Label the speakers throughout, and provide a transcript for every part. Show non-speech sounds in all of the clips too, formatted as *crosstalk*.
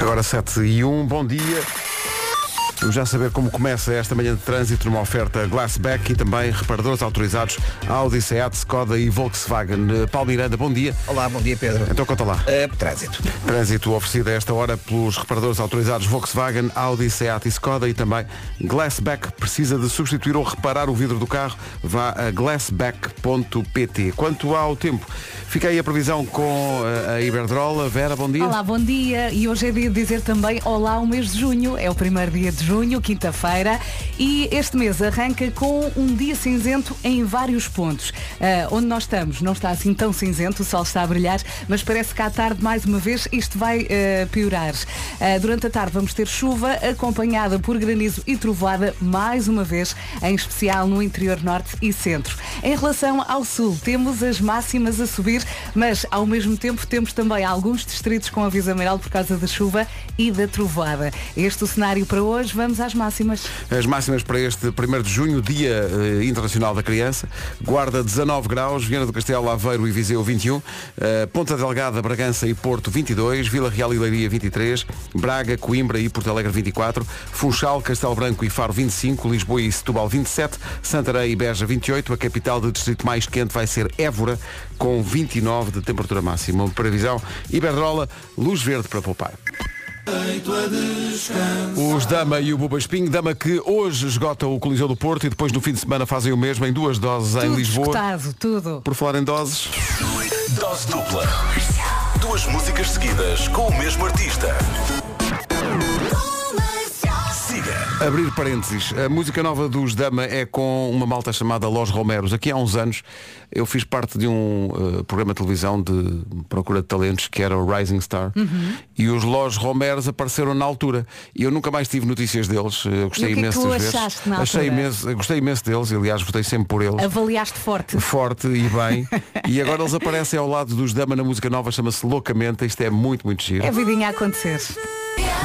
Speaker 1: Agora 7 e 1, bom dia. Vamos já saber como começa esta manhã de trânsito numa oferta Glassback e também reparadores autorizados Audi, Seat, Skoda e Volkswagen. Eh, Paulo Miranda, bom dia.
Speaker 2: Olá, bom dia Pedro.
Speaker 1: Então conta lá.
Speaker 2: Uh, trânsito.
Speaker 1: Trânsito oferecido a esta hora pelos reparadores autorizados Volkswagen, Audi, Seat e Skoda e também Glassback. Precisa de substituir ou reparar o vidro do carro? Vá a glassback.pt. Quanto ao tempo, fica aí a previsão com eh, a Iberdrola. Vera, bom dia.
Speaker 3: Olá, bom dia. E hoje é dia de dizer também olá o mês de junho. É o primeiro dia de junho, quinta-feira. E este mês arranca com um dia cinzento em vários pontos. Ah, onde nós estamos não está assim tão cinzento, o sol está a brilhar, mas parece que à tarde, mais uma vez, isto vai ah, piorar. Ah, durante a tarde vamos ter chuva acompanhada por granizo e trovoada, mais uma vez, em especial no interior norte e centro. Em relação ao sul, temos as máximas a subir, mas ao mesmo tempo temos também alguns distritos com aviso amarelo por causa da chuva e da trovoada. Este é o cenário para hoje, vamos às máximas.
Speaker 1: As máximas para este 1 de junho, Dia eh, Internacional da Criança. Guarda 19 graus, Viana do Castelo, Aveiro e Viseu 21. eh, Ponta Delgada, Bragança e Porto 22. Vila Real e Leiria 23. Braga, Coimbra e Porto Alegre 24. Funchal, Castelo Branco e Faro 25. Lisboa e Setúbal 27. Santarém e Beja 28. A capital do distrito mais quente vai ser Évora, com 29 de temperatura máxima. Previsão Iberdrola, luz verde para poupar. Os Dama e o Buba Espinho, Dama que hoje esgota o Coliseu do Porto e depois no fim de semana fazem o mesmo em duas doses em
Speaker 3: tudo
Speaker 1: Lisboa.
Speaker 3: escutado, tudo.
Speaker 1: Por falar em doses,
Speaker 4: Dose dupla. Duas músicas seguidas com o mesmo artista. Siga.
Speaker 1: abrir parênteses, a música nova dos Dama é com uma malta chamada Los Romeros. Aqui há uns anos eu fiz parte de um eh, programa de televisão de procura de talentos que era o Rising Star
Speaker 3: Uhum.
Speaker 1: e os Los Romeros apareceram na altura e eu nunca mais tive notícias deles. Eu gostei
Speaker 3: E o que é que
Speaker 1: imenso
Speaker 3: tu
Speaker 1: das vezes.
Speaker 3: achaste na
Speaker 1: Achei
Speaker 3: altura?
Speaker 1: imenso, gostei imenso deles, e, aliás, votei sempre por eles.
Speaker 3: Avaliaste forte.
Speaker 1: forte e bem. e agora eles aparecem ao lado dos Dama na música nova, chama-se Loucamente. Isto é muito, muito giro.
Speaker 3: É vidinha a acontecer.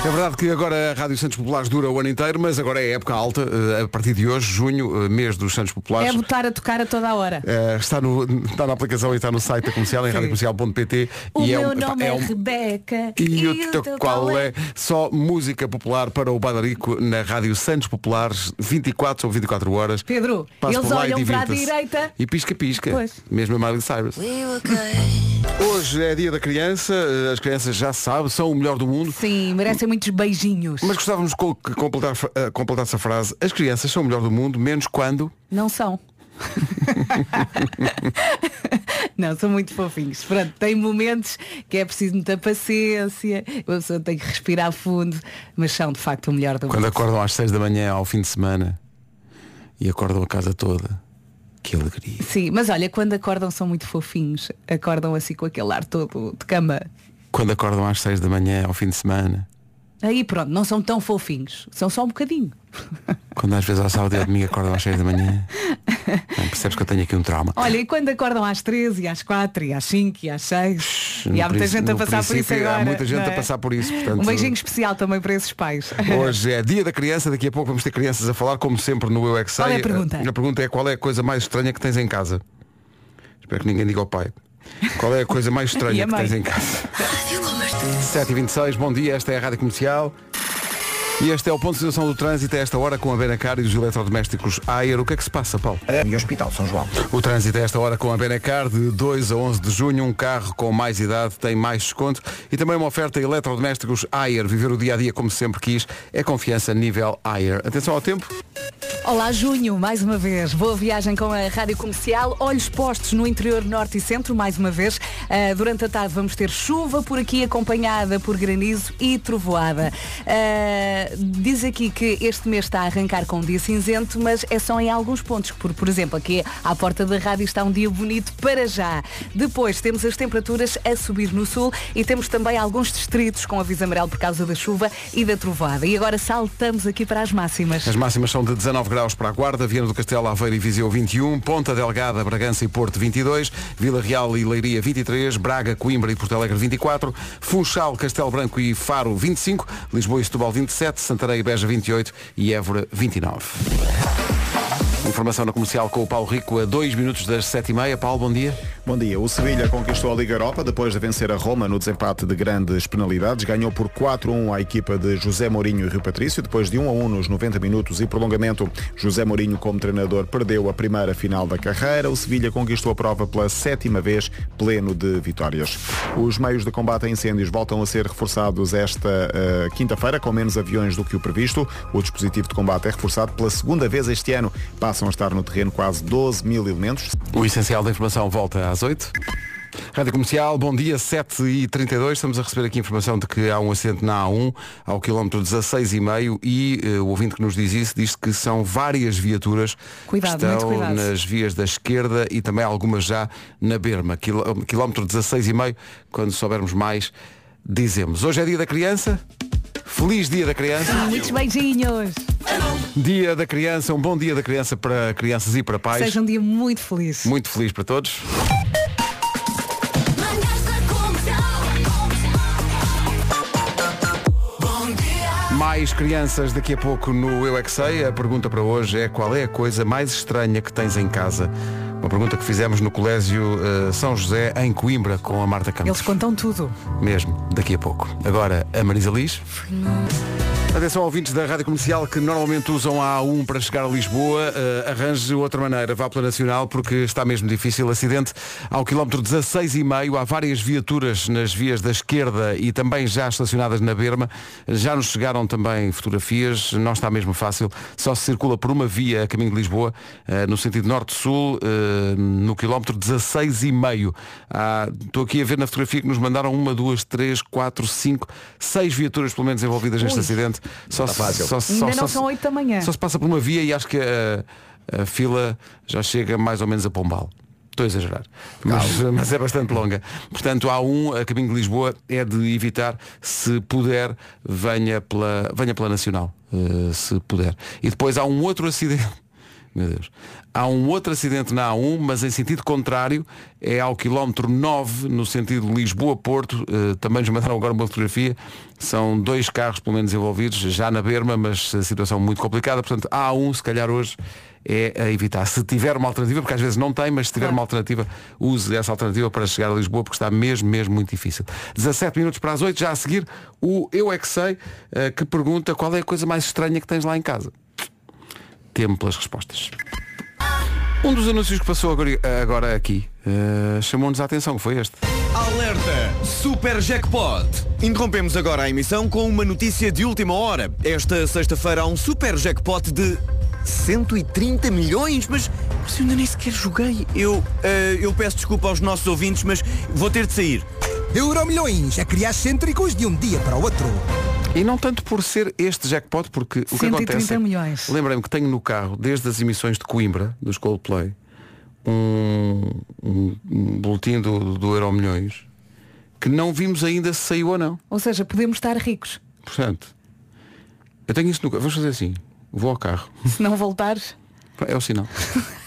Speaker 1: É verdade que agora a Rádio Santos Populares dura o ano inteiro, mas agora é época alta. Eh, A partir de hoje, junho, eh, mês dos Santos
Speaker 3: É
Speaker 1: Populares.
Speaker 3: botar a tocar a toda a hora.
Speaker 1: Eh, está, no, está na aplicação e está no site da comercial em radiocomercial.pt
Speaker 3: O
Speaker 1: e
Speaker 3: meu
Speaker 1: um-
Speaker 3: nome é,
Speaker 1: um-
Speaker 3: Rebeca.
Speaker 1: e o teu qual é? Só música popular para o Badarico na Rádio Santos Populares, 24 ou 24 horas.
Speaker 3: Pedro,
Speaker 1: Passe
Speaker 3: eles
Speaker 1: por lá e
Speaker 3: olham para a
Speaker 1: divirta-se.
Speaker 3: direita.
Speaker 1: E pisca-pisca.
Speaker 3: Pois.
Speaker 1: Mesmo a Miley Cyrus. Hoje é dia da criança, eh, as crianças já sabem, são o melhor do mundo.
Speaker 3: Sim, merecem muitos beijinhos.
Speaker 1: Mas gostávamos co- que completar, eh, completasse a frase As crianças são o melhor do mundo, menos quando
Speaker 3: Não são. *laughs* Não, são muito fofinhos. Pronto, tem momentos que é preciso muita paciência, a pessoa tem que respirar fundo, mas são de facto o melhor do
Speaker 1: Quando
Speaker 3: mundo.
Speaker 1: acordam às 6 da manhã ao fim de semana E acordam a casa toda Que alegria
Speaker 3: Sim, mas olha, quando acordam são muito fofinhos, acordam assim com aquele ar todo de cama.
Speaker 1: Quando acordam às 6 da manhã ao fim de semana
Speaker 3: Aí pronto, não são tão fofinhos, são só um bocadinho.
Speaker 1: Quando às vezes ao sábado e ao domingo acordam às 6 da manhã Bem, Percebes que eu tenho aqui um trauma
Speaker 3: Olha, e quando acordam às 13, e às 4, e às 5, e às 6,
Speaker 1: No
Speaker 3: e há muita
Speaker 1: princ-
Speaker 3: gente a
Speaker 1: no
Speaker 3: passar por isso
Speaker 1: princípio,
Speaker 3: agora.
Speaker 1: Há muita gente
Speaker 3: não
Speaker 1: a
Speaker 3: é?
Speaker 1: passar por isso portanto,
Speaker 3: Um beijinho especial também para esses pais.
Speaker 1: Hoje é dia da criança, daqui a pouco vamos ter crianças a falar, como sempre no Eu é que Sei.
Speaker 3: Qual é a pergunta?
Speaker 1: A pergunta é qual é a coisa mais estranha que tens em casa? Espero que ninguém diga ao pai. Qual é a coisa
Speaker 3: *laughs*
Speaker 1: mais
Speaker 3: E
Speaker 1: estranha
Speaker 3: a
Speaker 1: que
Speaker 3: mãe?
Speaker 1: tens em casa? 7h26, bom dia, esta é a Rádio Comercial. E este é o ponto de situação do trânsito a esta hora com a Benacar e os eletrodomésticos Ayer. O que é que se passa, Paulo?
Speaker 2: Uh, e Hospital São João.
Speaker 1: O trânsito a esta hora com a Benacar, de 2 a 11 de junho, um carro com mais idade tem mais desconto e também uma oferta eletrodomésticos Ayer. Viver o dia-a-dia como sempre quis é confiança nível Ayer. Atenção ao tempo.
Speaker 3: Olá Junho, mais uma vez. Boa viagem com a Rádio Comercial. Olhos postos no interior norte e centro, mais uma vez. Ah, durante a tarde vamos ter chuva por aqui, acompanhada por granizo e trovoada. Ah, diz aqui que este mês está a arrancar com um dia cinzento, mas é só em alguns pontos. Por, por exemplo, aqui à porta da rádio está um dia bonito para já. Depois temos as temperaturas a subir no sul e temos também alguns distritos com aviso amarelo por causa da chuva e da trovada. E agora saltamos aqui para as máximas.
Speaker 1: As máximas são de 19 graus para a Guarda, Viana do Castelo, Aveiro e Viseu 21, Ponta Delgada, Bragança e Porto 22, Vila Real e Leiria 23, Braga, Coimbra e Porto Alegre 24, Funchal, Castelo Branco e Faro 25, Lisboa e Setúbal 27, Santarém e Beja 28 e Évora 29. Informação na comercial com o Paulo Rico a dois minutos das sete e meia. Paulo, bom dia.
Speaker 5: Bom dia. O Sevilha conquistou a Liga Europa depois de vencer a Roma no desempate de grandes penalidades. Ganhou por 4-1 a um equipa de José Mourinho e Rui Patrício. Depois de 1-1 nos 90 minutos e prolongamento, José Mourinho, como treinador, perdeu a primeira final da carreira. O Sevilha conquistou a prova pela sétima vez, pleno de vitórias. Os meios de combate a incêndios voltam a ser reforçados esta eh, quinta-feira, com menos aviões do que o previsto. O dispositivo de combate é reforçado pela segunda vez este ano. Passam a estar no terreno quase 12 mil elementos.
Speaker 1: O essencial da informação volta às 8. Rádio Comercial, bom dia, 7h32. Estamos a receber aqui informação de que há um acidente na A1 ao quilómetro 16,5 e eh, o ouvinte que nos diz isso diz que são várias viaturas
Speaker 3: Cuidado,
Speaker 1: que
Speaker 3: muito
Speaker 1: estão
Speaker 3: cuidado.
Speaker 1: nas vias da esquerda e também algumas já na Berma. Quiló- Quilómetro 16,5, quando soubermos mais, dizemos. Hoje é dia da criança. Feliz dia da criança.
Speaker 3: Muitos beijinhos.
Speaker 1: Dia da criança, um bom dia da criança para crianças e para pais.
Speaker 3: Seja um dia muito feliz.
Speaker 1: Muito feliz para todos. Mais crianças daqui a pouco no Eu é que Sei. A pergunta para hoje é qual é a coisa mais estranha que tens em casa? Uma pergunta que fizemos no Colégio eh, São José, em Coimbra, com a Marta Campos.
Speaker 3: Eles contam tudo.
Speaker 1: Mesmo, daqui a pouco. Agora, a Marisa Liz. Atenção ouvintes da Rádio Comercial que normalmente usam a A1 para chegar a Lisboa. Eh, arranje outra maneira, vá pela Nacional, porque está mesmo difícil. Acidente ao quilómetro 16,5. Há várias viaturas nas vias da esquerda e também já estacionadas na Berma. Já nos chegaram também fotografias. Não está mesmo fácil. Só se circula por uma via a caminho de Lisboa, eh, no sentido norte-sul, eh, no quilómetro 16,5. Há- Ah, Estou aqui a ver na fotografia que nos mandaram uma, duas, três, quatro, cinco, seis viaturas pelo menos envolvidas neste
Speaker 3: Ui.
Speaker 1: acidente. Só, se-
Speaker 5: fácil.
Speaker 1: só, só,
Speaker 3: Ainda não
Speaker 1: só-
Speaker 3: são 8 da manhã.
Speaker 1: Só se passa por uma via e acho que a, a fila já chega mais ou menos a Pombal. Estou a exagerar. Mas, *laughs* mas é bastante longa. Portanto, há um, a caminho de Lisboa, é de evitar, se puder, venha pela, venha pela Nacional, eh, se puder. E depois há um outro acidente. Meu Deus. Há um outro acidente na A1, mas em sentido contrário, é ao quilómetro 9, no sentido Lisboa-Porto. Eh, também nos mandaram agora uma fotografia. São dois carros, pelo menos, envolvidos, já na berma, mas a situação muito complicada. Portanto, a A1, se calhar hoje, é a evitar. Se tiver uma alternativa, porque às vezes não tem, mas se tiver uma alternativa, use essa alternativa para chegar a Lisboa, porque está mesmo, mesmo muito difícil. 17 minutos para as 8, já a seguir, o Eu É Que Sei, eh, que pergunta qual é a coisa mais estranha que tens lá em casa tempo pelas respostas. Um dos anúncios que passou agora, agora aqui eh, chamou-nos a atenção, que foi este.
Speaker 6: Alerta! Super Jackpot! Interrompemos agora a emissão com uma notícia de última hora. Esta sexta-feira há um Super Jackpot de 130 milhões, mas, mas eu ainda nem sequer joguei. Eu, eh, eu peço desculpa aos nossos ouvintes, mas vou ter de sair.
Speaker 7: Euromilhões a criar cêntricos de um dia para o outro.
Speaker 1: E não tanto por ser este jackpot, porque o que
Speaker 3: 130
Speaker 1: acontece. é que-
Speaker 3: milhões.
Speaker 1: Lembrei-me que tenho no carro, desde as emissões de Coimbra, dos Coldplay, um, um, um boletim do, do Euro Milhões, que não vimos ainda se saiu ou não.
Speaker 3: Ou seja, podemos estar ricos.
Speaker 1: Portanto, eu tenho isso no carro. Vamos fazer assim. Vou ao carro. *laughs*
Speaker 3: Se não voltares,
Speaker 1: É o sinal.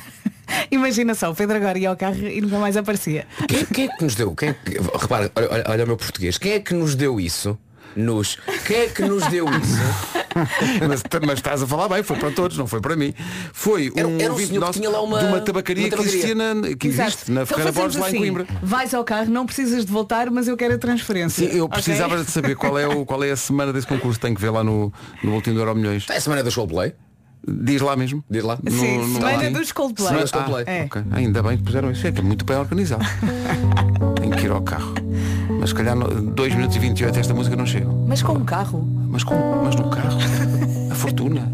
Speaker 3: *laughs* imagina só, o Pedro agora ia ao carro e nunca mais aparecia.
Speaker 8: Quem, quem é que nos deu? Quem é que- repara, olha, olha- olha o meu português. Quem é que nos deu isso? Nos. Quem é que nos deu isso?
Speaker 1: mas, mas estás a falar bem, foi para todos, não foi para mim. Foi
Speaker 8: Era-
Speaker 1: um,
Speaker 8: era um
Speaker 1: ouvinte
Speaker 8: senhor que
Speaker 1: nosso
Speaker 8: tinha lá uma-
Speaker 1: de uma tabacaria,
Speaker 8: uma tabacaria.
Speaker 1: que, existia na, que
Speaker 3: Exato.
Speaker 1: existe na
Speaker 3: Então
Speaker 1: Ferreira
Speaker 3: fazemos
Speaker 1: Borges, lá em
Speaker 3: assim,
Speaker 1: Coimbra.
Speaker 3: Vais ao carro, não precisas de voltar, mas eu quero a transferência.
Speaker 1: Sim, eu
Speaker 3: Ok?
Speaker 1: precisava de saber qual é, o, qual é a semana desse concurso. Tenho que ver lá no, no Boletim do Euro Milhões.
Speaker 8: Está É a semana do Coldplay?
Speaker 1: Diz lá mesmo.
Speaker 8: Diz lá.
Speaker 1: No-
Speaker 3: Sim,
Speaker 1: no-
Speaker 3: semana
Speaker 1: lá.
Speaker 3: dos Coldplay.
Speaker 8: Semana dos Coldplay.
Speaker 1: Ah,
Speaker 3: É.
Speaker 1: ok. Ainda bem que puseram isso. É que é muito
Speaker 8: *laughs*
Speaker 1: bem organizado. Tenho que ir ao carro. Mas se calhar 2 minutos e 28 esta música não chega.
Speaker 3: Mas com um carro.
Speaker 1: Mas como? Mas no carro? A fortuna?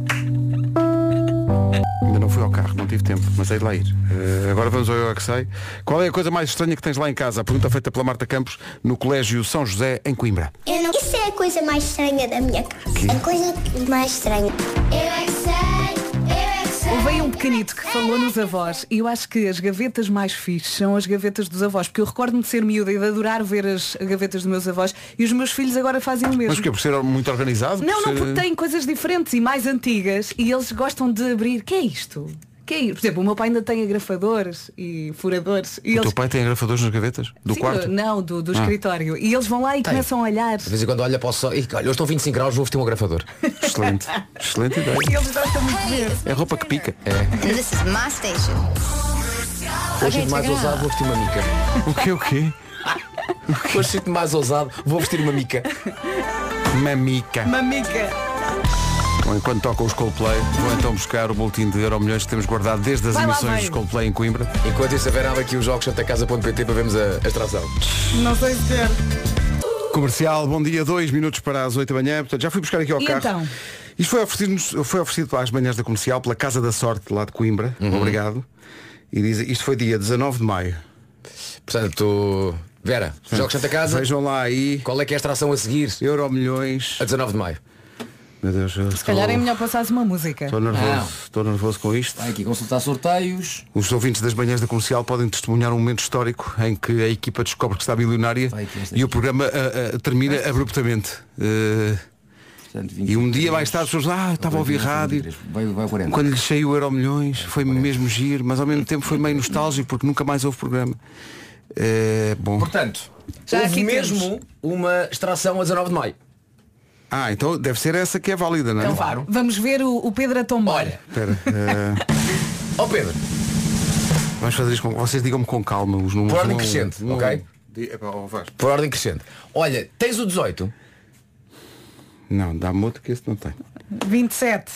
Speaker 1: Ainda não fui ao carro, não tive tempo, mas hei de lá ir. Eh, agora vamos ao Eu É que Sei. Qual é a coisa mais estranha que tens lá em casa? A pergunta feita pela Marta Campos no Colégio São José, em Coimbra.
Speaker 9: Eu não... Isso é a coisa mais estranha da minha casa. A coisa mais estranha. Eu é que sei, eu é que sei.
Speaker 3: Houve aí um pequenito que falou nos avós e eu acho que as gavetas mais fixes são as gavetas dos avós, porque eu recordo-me de ser miúda e de adorar ver as gavetas dos meus avós e os meus filhos agora fazem o
Speaker 1: Mas
Speaker 3: mesmo.
Speaker 1: porquê? Por ser muito organizado?
Speaker 3: Não,
Speaker 1: por
Speaker 3: não,
Speaker 1: ser-
Speaker 3: porque têm coisas diferentes e mais antigas e eles gostam de abrir. Que é isto? Que é ir. Por exemplo, o meu pai ainda tem agravadores e furadores. E
Speaker 1: O
Speaker 3: eles...
Speaker 1: teu pai tem agrafadores nas gavetas? Do
Speaker 3: Sim,
Speaker 1: quarto?
Speaker 3: Não, do, do
Speaker 1: Ah.
Speaker 3: escritório. E eles vão lá e começam a olhar.
Speaker 8: De vez em quando olha para o sol. Ih, olha, hoje estão 25 graus, vou vestir um agrafador.
Speaker 3: *laughs*
Speaker 1: Excelente. Excelente ideia.
Speaker 3: E eles gostam muito de ver.
Speaker 1: É roupa que pica.
Speaker 3: *laughs*
Speaker 10: This is my station.
Speaker 8: Hoje
Speaker 10: Ok,
Speaker 8: sinto mais
Speaker 10: chega lá.
Speaker 8: ousado, vou vestir uma mica.
Speaker 1: O quê, o quê?
Speaker 8: Hoje sinto mais ousado, vou vestir uma mica.
Speaker 1: Mamica.
Speaker 3: Mamica.
Speaker 1: Bom, Enquanto tocam os Coldplay, vou então buscar o boletim de Euro Milhões que temos guardado desde as
Speaker 3: Vai lá,
Speaker 1: emissões
Speaker 3: vai.
Speaker 1: dos Coldplay em Coimbra.
Speaker 8: Enquanto isso, haverá aqui os jogos santacasa.pt para vermos a, a extração.
Speaker 3: Não sei se quer.
Speaker 1: Comercial, bom dia, dois minutos para as 8 da manhã, portanto já fui buscar aqui ao
Speaker 3: E
Speaker 1: carro.
Speaker 3: então?
Speaker 1: Isto foi oferecido, foi oferecido às manhãs da comercial pela Casa da Sorte lá de Coimbra. Obrigado. E diz, isto foi dia 19 de maio.
Speaker 8: Portanto, Vera, jogos Santa Casa,
Speaker 1: Vejam lá aí,
Speaker 8: qual é que é a extração a seguir?
Speaker 1: Euro Milhões.
Speaker 8: A 19 de maio.
Speaker 1: Meu Deus, eu
Speaker 3: Se
Speaker 1: estou,
Speaker 3: calhar é melhor passares uma música.
Speaker 1: estou
Speaker 6: Não.
Speaker 1: nervoso, estou nervoso com isto.
Speaker 6: Vai aqui consultar sorteios.
Speaker 1: Os ouvintes das manhãs da comercial podem testemunhar um momento histórico em que a equipa descobre que está bilionária
Speaker 6: Vai aqui, esta
Speaker 1: e o
Speaker 6: aqui.
Speaker 1: programa ah, ah, termina abruptamente. Eh,
Speaker 6: Portanto,
Speaker 1: e um
Speaker 6: 23,
Speaker 1: dia mais tarde as pessoas, ah, estava a ouvir rádio.
Speaker 6: 23. Vai, vai 40.
Speaker 1: Quando lhe saiu o Euro Milhões, foi mesmo giro, mas ao mesmo tempo foi meio nostálgico porque nunca mais houve programa. Eh, bom.
Speaker 8: Portanto,
Speaker 3: Já
Speaker 8: houve
Speaker 3: aqui
Speaker 8: mesmo
Speaker 3: temos.
Speaker 8: uma extração a 19 de maio.
Speaker 1: Ah, então deve ser essa que é válida, não é?
Speaker 8: Então vá. Claro.
Speaker 3: Vamos ver o, o Pedro a tombar.
Speaker 8: Olha,
Speaker 1: Espera, eh,
Speaker 8: ó Pedro,
Speaker 1: vamos fazer isto com. Vocês digam-me com calma os números.
Speaker 8: Por ordem
Speaker 1: um a um,
Speaker 8: crescente,
Speaker 1: um a
Speaker 8: ok?
Speaker 1: um. Di- epá, ó, Vasco.
Speaker 8: por ordem crescente. Olha, tens o 18.
Speaker 1: Não, dá-me outro que esse não tem.
Speaker 3: 27.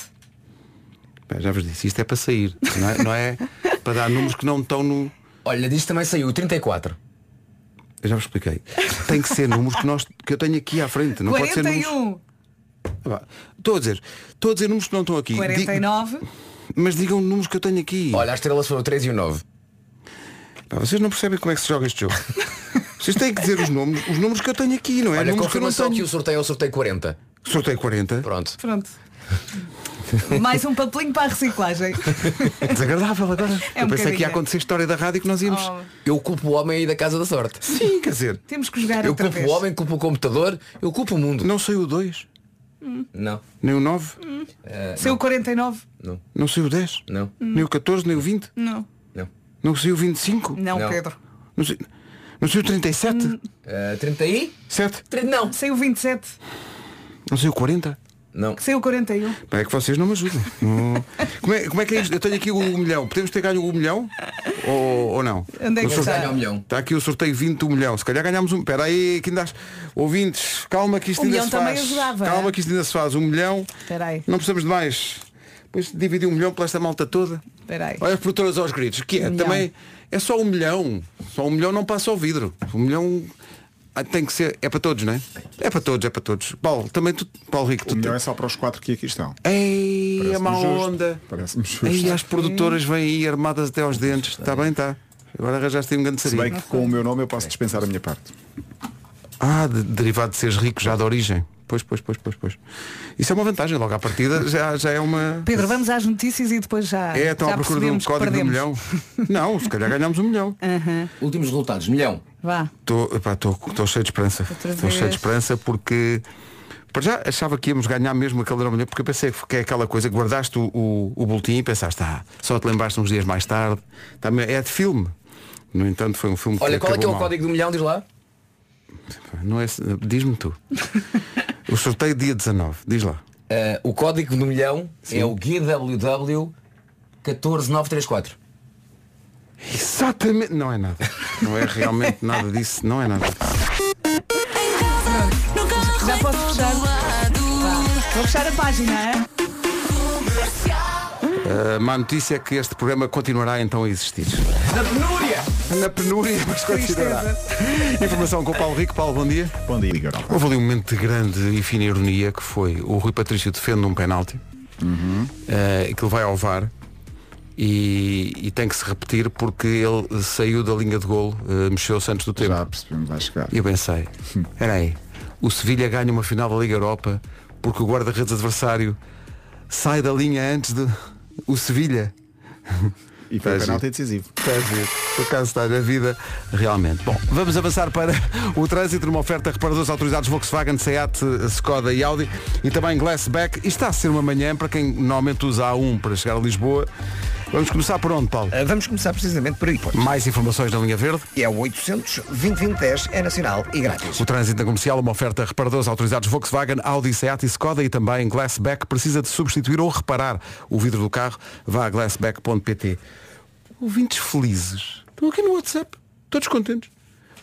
Speaker 1: Pá, Já vos disse, isto é para sair, não é, não é para dar números que não estão no.
Speaker 8: Olha, disto também saiu o 34.
Speaker 1: Eu já vos expliquei. Tem que ser números que, nós, que eu tenho aqui à frente. Não pode ser números.
Speaker 3: 41.
Speaker 1: Ah, vá. Estou a dizer, estou a dizer números que não estão aqui. Di-
Speaker 3: 49.
Speaker 1: mas digam números que eu tenho aqui.
Speaker 8: Olha, as estrelas foram o 3 e o 9.
Speaker 1: Pá, vocês não percebem como é que se joga este jogo. Vocês têm que dizer os números, os números que eu tenho aqui, não é?
Speaker 8: Olha,
Speaker 1: números que eu não
Speaker 8: confirmação
Speaker 1: tenho.
Speaker 8: que o sorteio é o sorteio 40.
Speaker 1: Sorteio 40.
Speaker 8: Pronto.
Speaker 3: Pronto. Mais um papelinho para
Speaker 1: *laughs*
Speaker 3: a reciclagem.
Speaker 1: Desagradável agora.
Speaker 3: É
Speaker 1: eu
Speaker 3: um
Speaker 1: pensei que ia
Speaker 3: bocadinho.
Speaker 1: acontecer história da rádio que nós íamos.
Speaker 3: Oh,
Speaker 8: Eu culpo o homem aí da casa da sorte.
Speaker 1: Sim, quer dizer,
Speaker 3: temos que jogar
Speaker 8: Eu
Speaker 3: outra
Speaker 8: culpo
Speaker 3: vez.
Speaker 8: o homem, culpo o computador, eu culpo o mundo.
Speaker 1: não sei o 2,
Speaker 8: Não,
Speaker 1: nem o 9,
Speaker 3: Seu 49?
Speaker 1: não sei o 10,
Speaker 8: não,
Speaker 1: nem o 14, nem o 20,
Speaker 3: Não.
Speaker 8: não.
Speaker 1: não sei o 25.
Speaker 3: Não,
Speaker 8: Não.
Speaker 3: Pedro.
Speaker 1: Não sei, não sei o 37,
Speaker 8: Eh, 30 aí?
Speaker 1: certo?
Speaker 8: 30, não.
Speaker 3: Sei o 27.
Speaker 1: Não sei o 40.
Speaker 8: Não.
Speaker 3: Sei o 41.
Speaker 1: Pá, É que vocês não me ajudam. Não. Como, é, como é que é isto? Eu tenho aqui o milhão. Podemos ter ganho o milhão? Ou, ou não?
Speaker 3: Onde é
Speaker 1: O
Speaker 3: que
Speaker 1: sorteio-
Speaker 8: está? Ganhar o milhão.
Speaker 1: Está aqui o sorteio 20 do milhão. Se calhar ganhámos um. Espera aí, que ainda has... Ouvintes, calma que isto
Speaker 3: O
Speaker 1: ainda
Speaker 3: milhão
Speaker 1: se
Speaker 3: também
Speaker 1: faz.
Speaker 3: ajudava.
Speaker 1: Calma que isto ainda se faz. Um milhão.
Speaker 3: Espera aí.
Speaker 1: Não precisamos de mais. Depois dividi um milhão pela esta malta toda.
Speaker 3: Espera aí.
Speaker 1: Olha as produtoras aos gritos. Que é?
Speaker 3: Um milhão.
Speaker 1: Também é só um milhão. Só um milhão não passa ao vidro. Um milhão ah, tem que ser. É para todos, não é? É para todos, é para todos. Paulo, também tu, Paulo Rico,
Speaker 5: O
Speaker 1: tu
Speaker 5: melhor é só para os quatro que aqui estão.
Speaker 1: Ei, a
Speaker 5: Parece-me
Speaker 1: má
Speaker 5: justo.
Speaker 1: onda.
Speaker 5: Parece-me justo.
Speaker 1: Ei, as produtoras vêm aí armadas até aos dentes. Está bem, está. Agora arranjaste aí um grande
Speaker 5: Se bem
Speaker 1: sarinho.
Speaker 5: que com o meu nome eu posso dispensar a minha parte.
Speaker 1: Ah, de- derivado de seres rico já de origem. Pois, pois, pois, pois, pois. Isso é uma vantagem, logo à partida já, já é uma.
Speaker 3: Pedro, vamos às notícias e depois já.
Speaker 1: É, estão
Speaker 3: já
Speaker 1: à procura de um
Speaker 3: percebemos que
Speaker 1: código de um
Speaker 3: perdemos.
Speaker 1: milhão. Não, se calhar ganhamos um milhão.
Speaker 6: Últimos resultados, milhão.
Speaker 3: Vá.
Speaker 1: Estou cheio de esperança.
Speaker 3: Outra
Speaker 1: Estou cheio
Speaker 3: vez.
Speaker 1: de esperança porque. Para já achava que íamos ganhar mesmo aquele euro milhão, porque eu pensei que é aquela coisa, que guardaste o, o, o boletim e pensaste, ah, só te lembraste uns dias mais tarde. Tá, mas é de filme. No entanto, foi um filme que
Speaker 8: Olha, qual é que é
Speaker 1: acabou
Speaker 8: o
Speaker 1: mal.
Speaker 8: código do milhão? Diz lá.
Speaker 1: Não é, diz-me
Speaker 8: *laughs*
Speaker 1: tu. o sorteio dia 19, diz lá.
Speaker 8: Eh, o código do milhão é o GWW 14934.
Speaker 1: Exatamente. Não é nada. Não é realmente nada disso. Não é nada.
Speaker 3: Já posso fechar? Vá. Vou fechar a página, é?
Speaker 1: A má notícia é que este programa continuará então a existir.
Speaker 8: Da penúria!
Speaker 1: Na penúria, mas continuará. Informação com o Paulo Rico. Paulo, bom dia.
Speaker 5: Bom dia, Liga Europa.
Speaker 1: Houve ali um momento de grande e fina ironia que foi o Rui Patrício defende um penalti eh, que ele vai ao VAR e, e tem que se repetir porque ele saiu da linha de golo, eh, mexeu-se antes do tempo.
Speaker 5: Já percebemos, vai chegar.
Speaker 1: E eu pensei, peraí, o Sevilha ganha uma final da Liga Europa porque o guarda-redes adversário sai da linha antes de o Sevilha.
Speaker 5: E foi o
Speaker 1: Tá,
Speaker 5: penalti decisivo.
Speaker 1: Estás a ver? Por acaso está na vida, realmente. Bom, vamos avançar para o trânsito numa oferta a reparadores autorizados Volkswagen, Seat, Skoda e Audi um e também Glassback. E está a ser uma manhã para quem normalmente usa a A1 para chegar a Lisboa. Vamos começar por onde, Paulo?
Speaker 2: Eh, Vamos começar precisamente por aí. pois.
Speaker 1: Mais informações na linha verde.
Speaker 2: É o 800 2010 é nacional e grátis.
Speaker 1: O trânsito na comercial, uma oferta a reparadores autorizados Volkswagen, Audi, Seat e Skoda e também Glassback. Precisa de substituir ou reparar o vidro do carro? Vá a glassback.pt. Ouvintes felizes. Estão aqui no WhatsApp. Todos contentes.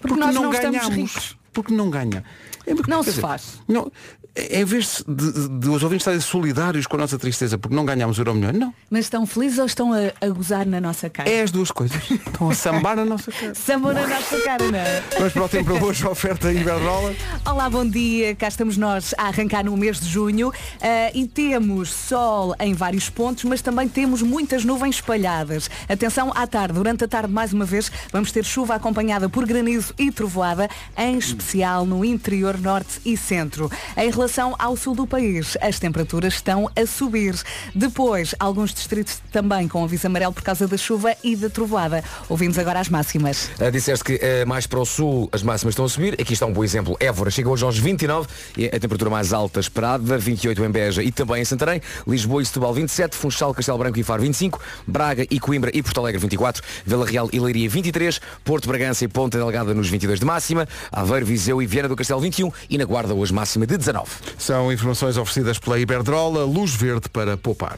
Speaker 1: Porque,
Speaker 3: nós não estamos ricos.
Speaker 1: Porque não ganha. É porque,
Speaker 3: Não
Speaker 1: quer
Speaker 3: se
Speaker 1: dizer,
Speaker 3: faz.
Speaker 1: Não, em vez de, de os ouvintes estarem solidários com a nossa tristeza porque não ganhámos o euro milhão, não.
Speaker 3: Mas estão felizes ou estão a, a gozar na nossa cara?
Speaker 1: É as duas coisas. Estão a sambar na
Speaker 3: *laughs*
Speaker 1: nossa cara.
Speaker 3: Sambam na nossa cara, não é?
Speaker 1: Vamos para o tempo para hoje, a oferta Iberdrola.
Speaker 3: Olá, bom dia. Cá estamos nós a arrancar no mês de junho eh, e temos sol em vários pontos, mas também temos muitas nuvens espalhadas. Atenção à tarde. Durante a tarde, mais uma vez, vamos ter chuva acompanhada por granizo e trovoada, em especial no interior norte e centro. Em relação ao sul do país, as temperaturas estão a subir. Depois, alguns distritos também com aviso amarelo por causa da chuva e da trovoada. Ouvimos agora as máximas.
Speaker 8: Ah, disseste que ah, mais para o sul as máximas estão a subir. Aqui está um bom exemplo. Évora chega hoje aos 29, e a temperatura mais alta esperada, 28 em Beja e também em Santarém. Lisboa e Setúbal 27, Funchal, Castelo Branco e Faro 25, Braga e Coimbra e Porto Alegre 24, Vila Real e Leiria 23, Porto Bragança e Ponta Delgada nos 22 de máxima, Aveiro, Viseu e Viana do Castelo 21 e na Guarda hoje máxima de 19.
Speaker 1: São informações oferecidas pela Iberdrola, luz verde para poupar.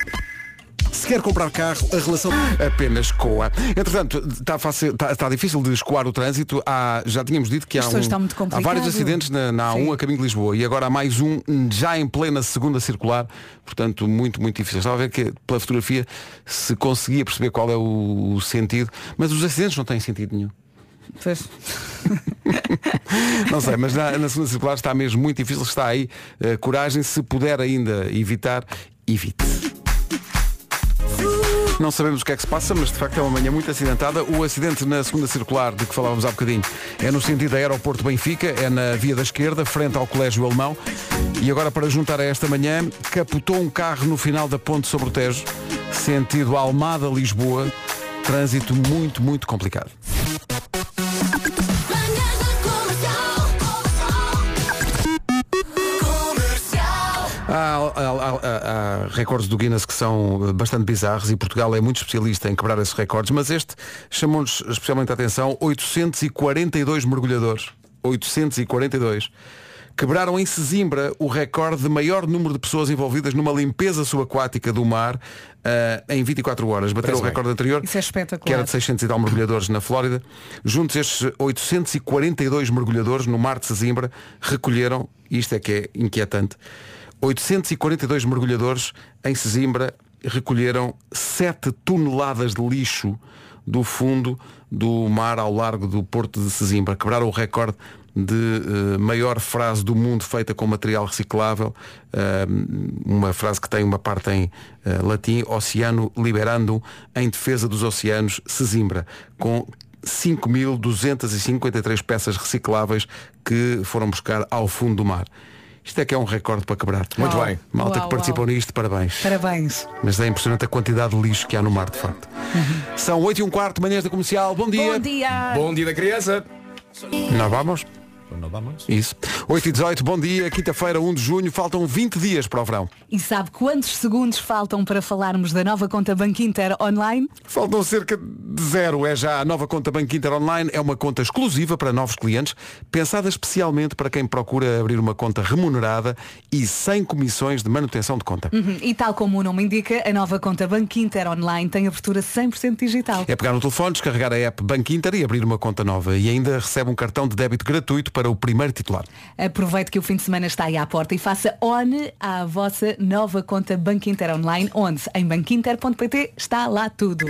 Speaker 1: Se quer comprar carro, a relação *gasps* apenas coa. Entretanto, está, fácil- está- está difícil de escoar o trânsito. Há- já tínhamos dito que há,
Speaker 3: Isto hoje
Speaker 1: um-
Speaker 3: está muito
Speaker 1: há
Speaker 3: complicado.
Speaker 1: vários acidentes na, na A1
Speaker 3: Sim.
Speaker 1: a caminho de Lisboa e agora há mais um já em plena segunda circular. Portanto, muito, muito difícil. Estava a ver que pela fotografia se conseguia perceber qual é o, o sentido, mas os acidentes não têm sentido nenhum. Não sei, mas na, na segunda circular está mesmo muito difícil, está aí. eh, coragem, se puder ainda evitar, evite. Não sabemos o que é que se passa, mas de facto é uma manhã muito acidentada. O acidente na segunda circular de que falávamos há bocadinho é no sentido da Aeroporto Benfica, é na via da esquerda, frente ao Colégio Alemão. E agora para juntar a esta manhã, capotou um carro no final da ponte sobre o Tejo, sentido Almada-Lisboa. Trânsito muito, muito complicado. Há, há- há- há- há recordes do Guinness que são eh, bastante bizarros e Portugal é muito especialista em quebrar esses recordes, mas este chamou-nos especialmente a atenção 842 mergulhadores. 842. Quebraram em Sesimbra o recorde de maior número de pessoas envolvidas numa limpeza subaquática do mar ah, em 24 horas.
Speaker 8: Parece
Speaker 1: Bateram o
Speaker 8: bem.
Speaker 1: recorde anterior,
Speaker 3: Isso é
Speaker 1: que era
Speaker 3: espetacular.
Speaker 1: de 600 e tal mergulhadores na Flórida. Juntos estes 842 mergulhadores no mar de Sesimbra recolheram, e isto é que é inquietante, 842 mergulhadores em Sesimbra recolheram 7 toneladas de lixo do fundo do mar ao largo do porto de Sesimbra. Quebraram o recorde de eh, maior frase do mundo feita com material reciclável, eh, uma frase que tem uma parte em eh, latim, Oceano Liberandum, em defesa dos oceanos, Sesimbra, com 5.253 peças recicláveis que foram buscar ao fundo do mar. Isto é que é um recorde para quebrar.
Speaker 8: Muito Uau. bem.
Speaker 1: Malta
Speaker 3: Uau,
Speaker 1: que participou
Speaker 3: uau.
Speaker 1: nisto, parabéns.
Speaker 3: Parabéns.
Speaker 1: Mas é impressionante a quantidade de lixo que há no mar, de facto. São 8 e um quarto, manhãs da comercial. Bom dia.
Speaker 3: Uhum. Bom dia.
Speaker 8: Bom dia da criança.
Speaker 1: Nós vamos? Isso. 8 e 18, bom dia. Quinta-feira, 1 de junho. Faltam 20 dias para o verão.
Speaker 3: E sabe quantos segundos faltam para falarmos da nova conta Banco Inter online?
Speaker 1: Faltam cerca de zero. É já a nova conta Banco Inter Online. É uma conta exclusiva para novos clientes, pensada especialmente para quem procura abrir uma conta remunerada e sem comissões de manutenção de conta.
Speaker 3: Uhum. E tal como o nome indica, a nova conta Banco Inter online tem abertura 100% digital.
Speaker 1: *laughs* É pegar no telefone, descarregar a app Banco Inter e abrir uma conta nova. E ainda recebe um cartão de débito gratuito para o primeiro titular.
Speaker 3: Aproveite que o fim de semana está aí à porta e faça ON à vossa nova conta Banco Inter online, onde em banquinter.pt está lá tudo.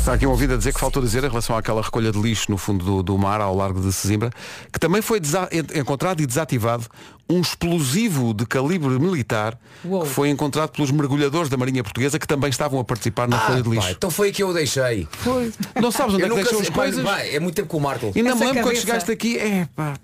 Speaker 1: Está aqui um ouvido a dizer que faltou dizer em relação àquela recolha de lixo no fundo do, do mar, ao largo de Sesimbra, que também foi desa- en- encontrado e desativado um explosivo de calibre militar
Speaker 3: Uou.
Speaker 1: que foi encontrado pelos mergulhadores da Marinha Portuguesa que também estavam a participar na recolha de
Speaker 8: pá,
Speaker 1: lixo.
Speaker 8: então foi aqui que eu deixei.
Speaker 1: Não sabes onde é
Speaker 8: Eu
Speaker 1: que
Speaker 8: nunca
Speaker 1: deixou as
Speaker 8: sei, pá,
Speaker 1: coisas?
Speaker 8: vai, é muito tempo com o Marco.
Speaker 1: E não me
Speaker 3: Essa
Speaker 1: lembro quando
Speaker 3: cabeça.
Speaker 1: chegaste aqui, é pá,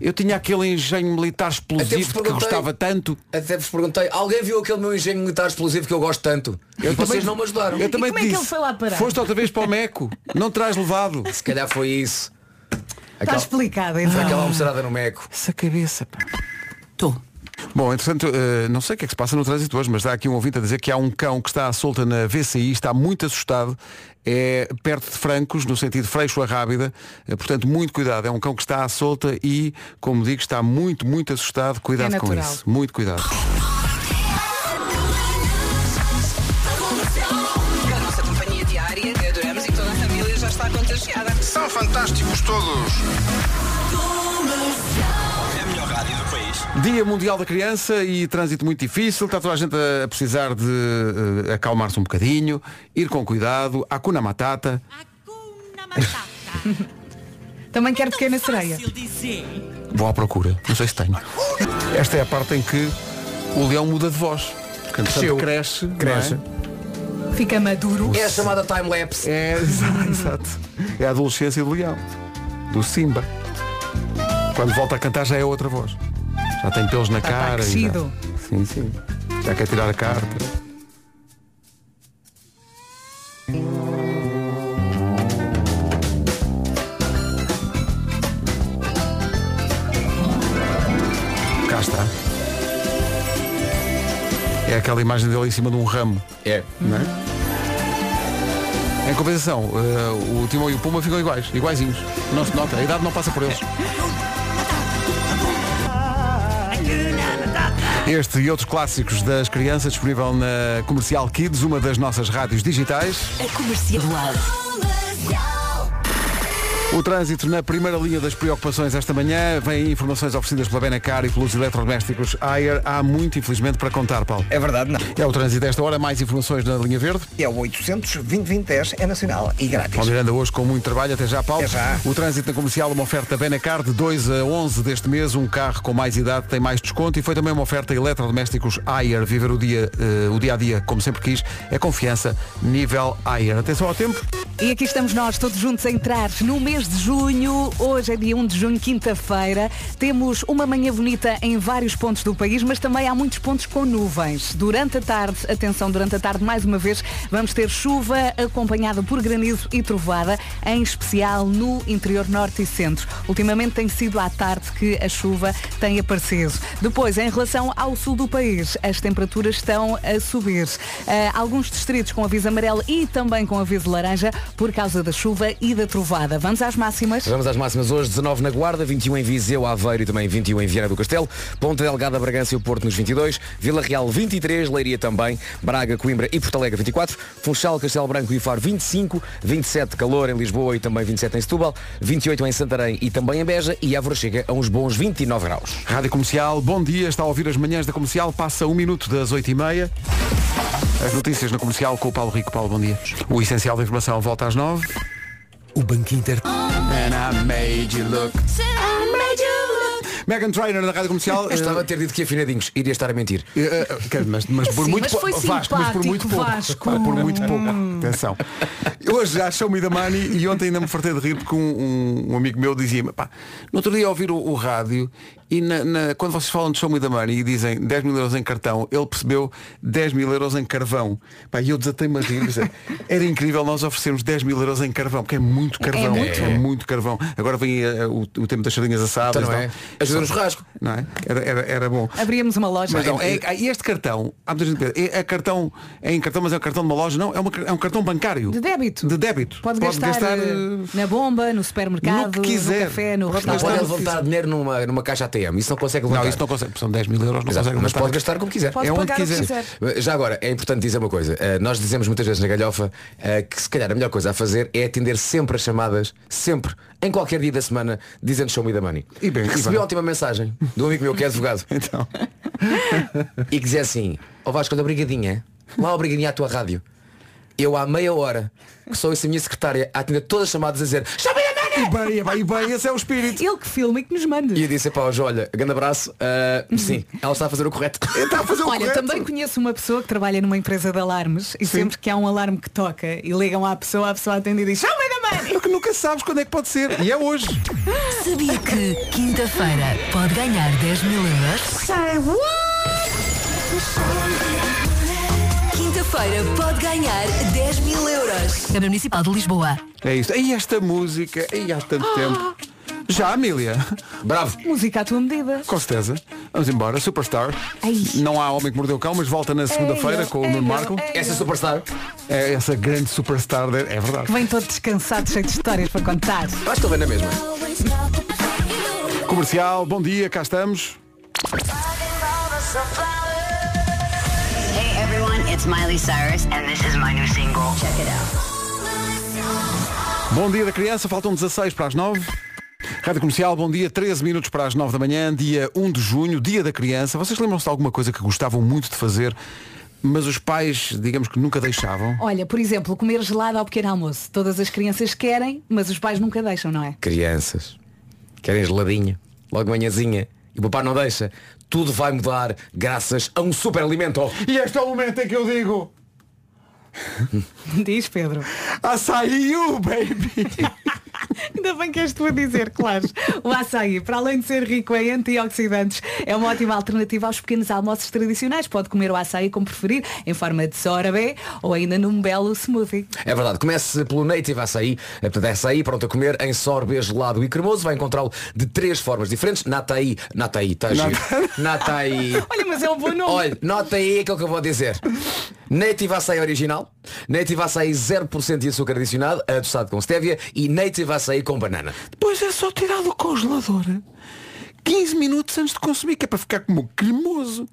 Speaker 1: eu tinha aquele engenho militar
Speaker 8: Até vos
Speaker 1: explosivo que
Speaker 8: perguntei-
Speaker 1: gostava tanto.
Speaker 8: Até vos perguntei, alguém viu aquele meu engenho militar explosivo que eu gosto tanto? e vocês não me ajudaram.
Speaker 1: Eu também
Speaker 3: como é
Speaker 1: te
Speaker 3: que
Speaker 1: disse,
Speaker 3: ele foi lá parar?
Speaker 1: Foste outra vez para o Meco, não
Speaker 8: *laughs*
Speaker 1: terás levado.
Speaker 8: Se calhar foi isso.
Speaker 3: Está
Speaker 8: Aquela,
Speaker 3: explicado
Speaker 8: foi
Speaker 3: então.
Speaker 8: aquela almoçarada no Meco.
Speaker 1: Essa cabeça, pá.
Speaker 3: Tô.
Speaker 1: Bom, entretanto, eh, não sei o que é que se passa no trânsito hoje, mas está aqui um ouvinte a dizer que há um cão que está à solta na VCI, está muito assustado, é perto de Francos, no sentido Freixo a Rábida, eh, portanto, muito cuidado, é um cão que está à solta e, como digo, está muito, muito assustado, cuidado com
Speaker 3: É natural.
Speaker 1: isso, muito cuidado.
Speaker 11: A nossa companhia diária que adoramos e que toda a família já está contagiada. São fantásticos todos.
Speaker 4: É a melhor rádio do país.
Speaker 1: Dia Mundial da Criança e trânsito muito difícil, está toda a gente a a precisar de eh, acalmar-se um bocadinho, ir com cuidado, acuna matata.
Speaker 3: Também quero pequena sereia.
Speaker 1: Vou à procura. Não sei se tenho. Esta é a parte em que o leão muda de voz. Portanto,
Speaker 8: Cresceu.
Speaker 1: cresce.
Speaker 8: Cresce.
Speaker 1: não é?
Speaker 3: Fica maduro.
Speaker 8: É a chamada time-lapse.
Speaker 1: *laughs* É, exato, exato. É a adolescência do leão. Do Simba. Quando volta a cantar já é outra voz. Já tem pelos na
Speaker 3: Já está
Speaker 1: cara. e já-
Speaker 3: crescido.
Speaker 1: Sim, sim. Já quer tirar a carta. Cá está. É aquela imagem dele em cima de um ramo.
Speaker 8: É.
Speaker 1: Não é? Em compensação, eh, o Timão e o Puma ficam iguais, iguaizinhos. Não se nota, a idade não passa por eles. Este e outros clássicos das crianças disponível na Comercial Kids, uma das nossas rádios digitais.
Speaker 11: A comercial.
Speaker 1: O trânsito na primeira linha das preocupações esta manhã vem informações oferecidas pela Benacar e pelos eletrodomésticos Ayer. Há muito, infelizmente, para contar, Paulo.
Speaker 2: É verdade, não.
Speaker 1: É o trânsito desta hora, mais informações na linha verde.
Speaker 2: É o 800-2010, é nacional e grátis.
Speaker 1: Paulo Miranda hoje com muito trabalho, até já Paulo.
Speaker 2: Até já.
Speaker 1: O trânsito na comercial, uma oferta Benacar de 2 a 11 deste mês, um carro com mais idade tem mais desconto e foi também uma oferta eletrodomésticos Ayer. Viver o dia, eh, o dia a dia como sempre quis, é confiança, nível Ayer. Atenção ao tempo.
Speaker 3: E aqui estamos nós, todos juntos a entrar no mês de junho. Hoje é dia 1 de junho, quinta-feira. Temos uma manhã bonita em vários pontos do país, mas também há muitos pontos com nuvens. Durante a tarde, atenção, durante a tarde, mais uma vez, vamos ter chuva acompanhada por granizo e trovada, em especial no interior norte e centro. Ultimamente tem sido à tarde que a chuva tem aparecido. Depois, em relação ao sul do país, as temperaturas estão a subir. Ah, alguns distritos com aviso amarelo e também com aviso laranja por causa da chuva e da trovada. Vamos às máximas?
Speaker 8: Vamos às máximas hoje, 19 na Guarda, 21 em Viseu, Aveiro e também 21 em Viana do Castelo, Ponta Delgada, Bragança e o Porto nos 22, Vila Real 23, Leiria também, Braga, Coimbra e Porto Alegre 24, Funchal, Castelo Branco e Faro 25, 27 calor em Lisboa e também 27 em Setúbal, 28 em Santarém e também em Beja e Évora chega a uns bons 29 graus.
Speaker 1: Rádio Comercial, bom dia, está a ouvir as manhãs da Comercial, passa um minuto das 8h30. As notícias na Comercial com o Paulo Rico. Paulo, bom dia. O essencial da informação volta às 9
Speaker 7: O Banco Inter.
Speaker 1: And I made you look. Megan Trainer na Rádio Comercial.
Speaker 8: Eu estava a ter dito que afinadinhos, iria estar a mentir.
Speaker 1: Eh, eh, quer- mas, mas por
Speaker 3: Sim,
Speaker 1: muito
Speaker 3: mas
Speaker 1: pou-
Speaker 3: foi
Speaker 1: Vasco, mas por muito
Speaker 3: simpático,
Speaker 1: pouco.
Speaker 3: Vasco. Hum.
Speaker 1: Pá, Por muito pouco. Atenção. Hoje já show me da money e ontem ainda me fartei de rir porque um, um- um amigo meu dizia-me, pá, no outro dia ouvir o, o rádio e na- na- quando vocês falam de show me da money e dizem 10 mil euros em cartão, ele percebeu 10 mil euros em carvão. Pá, e eu desatei-me a rir. mas é- Era incrível nós oferecermos 10 mil euros em carvão, porque é muito carvão.
Speaker 8: muito.
Speaker 1: é muito carvão. Agora vem eh, o, o tempo das sardinhas assadas.
Speaker 8: Então não é? Ajuda no churrasco.
Speaker 1: Não é? Era- era, era bom.
Speaker 3: Abrimos uma loja. Eh,
Speaker 1: Mas não, é, é- este cartão, há muita gente que pensa, é, é cartão, é em cartão, mas é um cartão de uma loja, não, é, uma- é um cartão bancário.
Speaker 3: De débito.
Speaker 1: De débito.
Speaker 3: Pode, gastar, eh,
Speaker 1: eh,
Speaker 3: na bomba, no supermercado,
Speaker 1: no que quiser.
Speaker 3: café, no
Speaker 1: Pode
Speaker 8: Não pode
Speaker 1: gastar-
Speaker 3: restaurante.
Speaker 8: levantar dinheiro numa, numa caixa ATM, isso não consegue levantar.
Speaker 1: Não, isso não consegue, são 10 mil euros, não
Speaker 8: Exato,
Speaker 1: consegue
Speaker 8: mas
Speaker 1: levantar.
Speaker 8: pode gastar como quiser.
Speaker 3: Pode
Speaker 1: é onde
Speaker 3: pagar o que
Speaker 1: quiser.
Speaker 3: quiser.
Speaker 8: Já agora, é importante dizer uma coisa. Eh, Nós dizemos muitas vezes na galhofa eh, que se calhar a melhor coisa a fazer é atender sempre as chamadas, sempre, em qualquer dia da semana, dizendo show me the money.
Speaker 1: E bem, e
Speaker 8: Recebi
Speaker 1: bem.
Speaker 8: ótima mensagem de um amigo meu que é advogado
Speaker 1: *laughs* Então,
Speaker 8: e que dizia assim, ó Vasco, da brigadinha, lá ó brigadinha à tua rádio. Eu há meia hora que sou isso a minha secretária a atender todas as chamadas a dizer show me the money!
Speaker 1: e bem, e bem, e bem, esse é o espírito.
Speaker 3: Ele que filme e que nos manda.
Speaker 8: E eu disse, pá, hoje, olha, grande abraço, eh, sim, ela está a fazer o correto.
Speaker 1: Está a fazer o
Speaker 3: Olha,
Speaker 1: correto.
Speaker 3: também conheço uma pessoa que trabalha numa empresa de alarmes e sempre que há um alarme que toca e ligam à pessoa, a pessoa atende e diz Show me da money!
Speaker 1: Porque nunca sabes quando é que pode ser. E é hoje.
Speaker 12: Sabia que quinta-feira pode ganhar 10 mil euros? Quinta-feira pode ganhar 10 mil euros. Câmara Municipal de Lisboa.
Speaker 1: É isto. E esta música, e há tanto tempo. Já, Amília?
Speaker 8: Bravo.
Speaker 3: Música à tua medida.
Speaker 1: Com certeza. Vamos embora, Superstar. Não há homem que mordeu o cão, mas volta na segunda-feira
Speaker 3: Ei,
Speaker 1: com
Speaker 3: ei,
Speaker 1: o Nuno
Speaker 3: ei,
Speaker 1: Marco.
Speaker 3: ei. Essa
Speaker 1: Superstar? É essa grande Superstar, de- é verdade.
Speaker 3: Que vem todo descansado, cheio de histórias para contar.
Speaker 1: Mas estou bem na mesma. Comercial, bom dia, cá estamos.
Speaker 13: Hey everyone, it's Miley Cyrus and this is my new single. Check it out.
Speaker 1: Bom dia da criança, faltam 16 para as 9. Rádio Comercial, bom dia, 13 minutos para as 9 da manhã, dia 1 de junho, dia da criança. Vocês lembram-se de alguma coisa que gostavam muito de fazer, mas os pais, digamos que nunca deixavam?
Speaker 3: Olha, por exemplo, comer gelado ao pequeno almoço. Todas as crianças querem, mas os pais nunca deixam, não é?
Speaker 8: Crianças, querem geladinho, logo de manhãzinha, e o papai não deixa. Tudo vai mudar graças a um superalimento.
Speaker 1: E este é o momento em que eu digo.
Speaker 3: Diz Pedro.
Speaker 1: Açaí, baby!
Speaker 3: Ainda bem que és tu a dizer, claro. O açaí, para além de ser rico em antioxidantes, é uma ótima alternativa aos pequenos almoços tradicionais. Pode comer o açaí como preferir, em forma de sorbet ou ainda num belo smoothie.
Speaker 8: É verdade, comece pelo Native Açaí, eh, portanto é açaí pronto a comer em sorbet gelado e cremoso, vai encontrá-lo de três formas diferentes, nataí, nataí, tá
Speaker 14: Nata-
Speaker 8: giro, nataí.
Speaker 3: Olha, mas é um bom nome.
Speaker 8: Olha, nota aí aquilo que eu vou dizer. Native Açaí original, Native Açaí 0% de açúcar adicionado, adoçado com stevia e Native Açaí com banana.
Speaker 1: Depois é só tirar do congelador 15 minutos antes de consumir, que é para ficar como cremoso.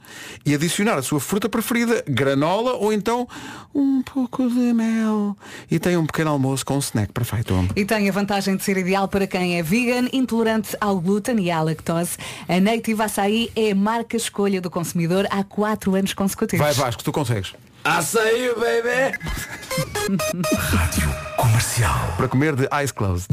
Speaker 1: E adicionar a sua fruta preferida, granola ou então um pouco de mel. E tem um pequeno almoço com um snack perfeito.
Speaker 3: E tem a vantagem de ser ideal para quem é vegan, intolerante ao glúten e à lactose. A Native Açaí é a marca escolha do consumidor há quatro anos consecutivos.
Speaker 1: Vai Vasco, tu consegues.
Speaker 8: Açaí, baby!
Speaker 1: Comercial. Para comer de Eyes Closed.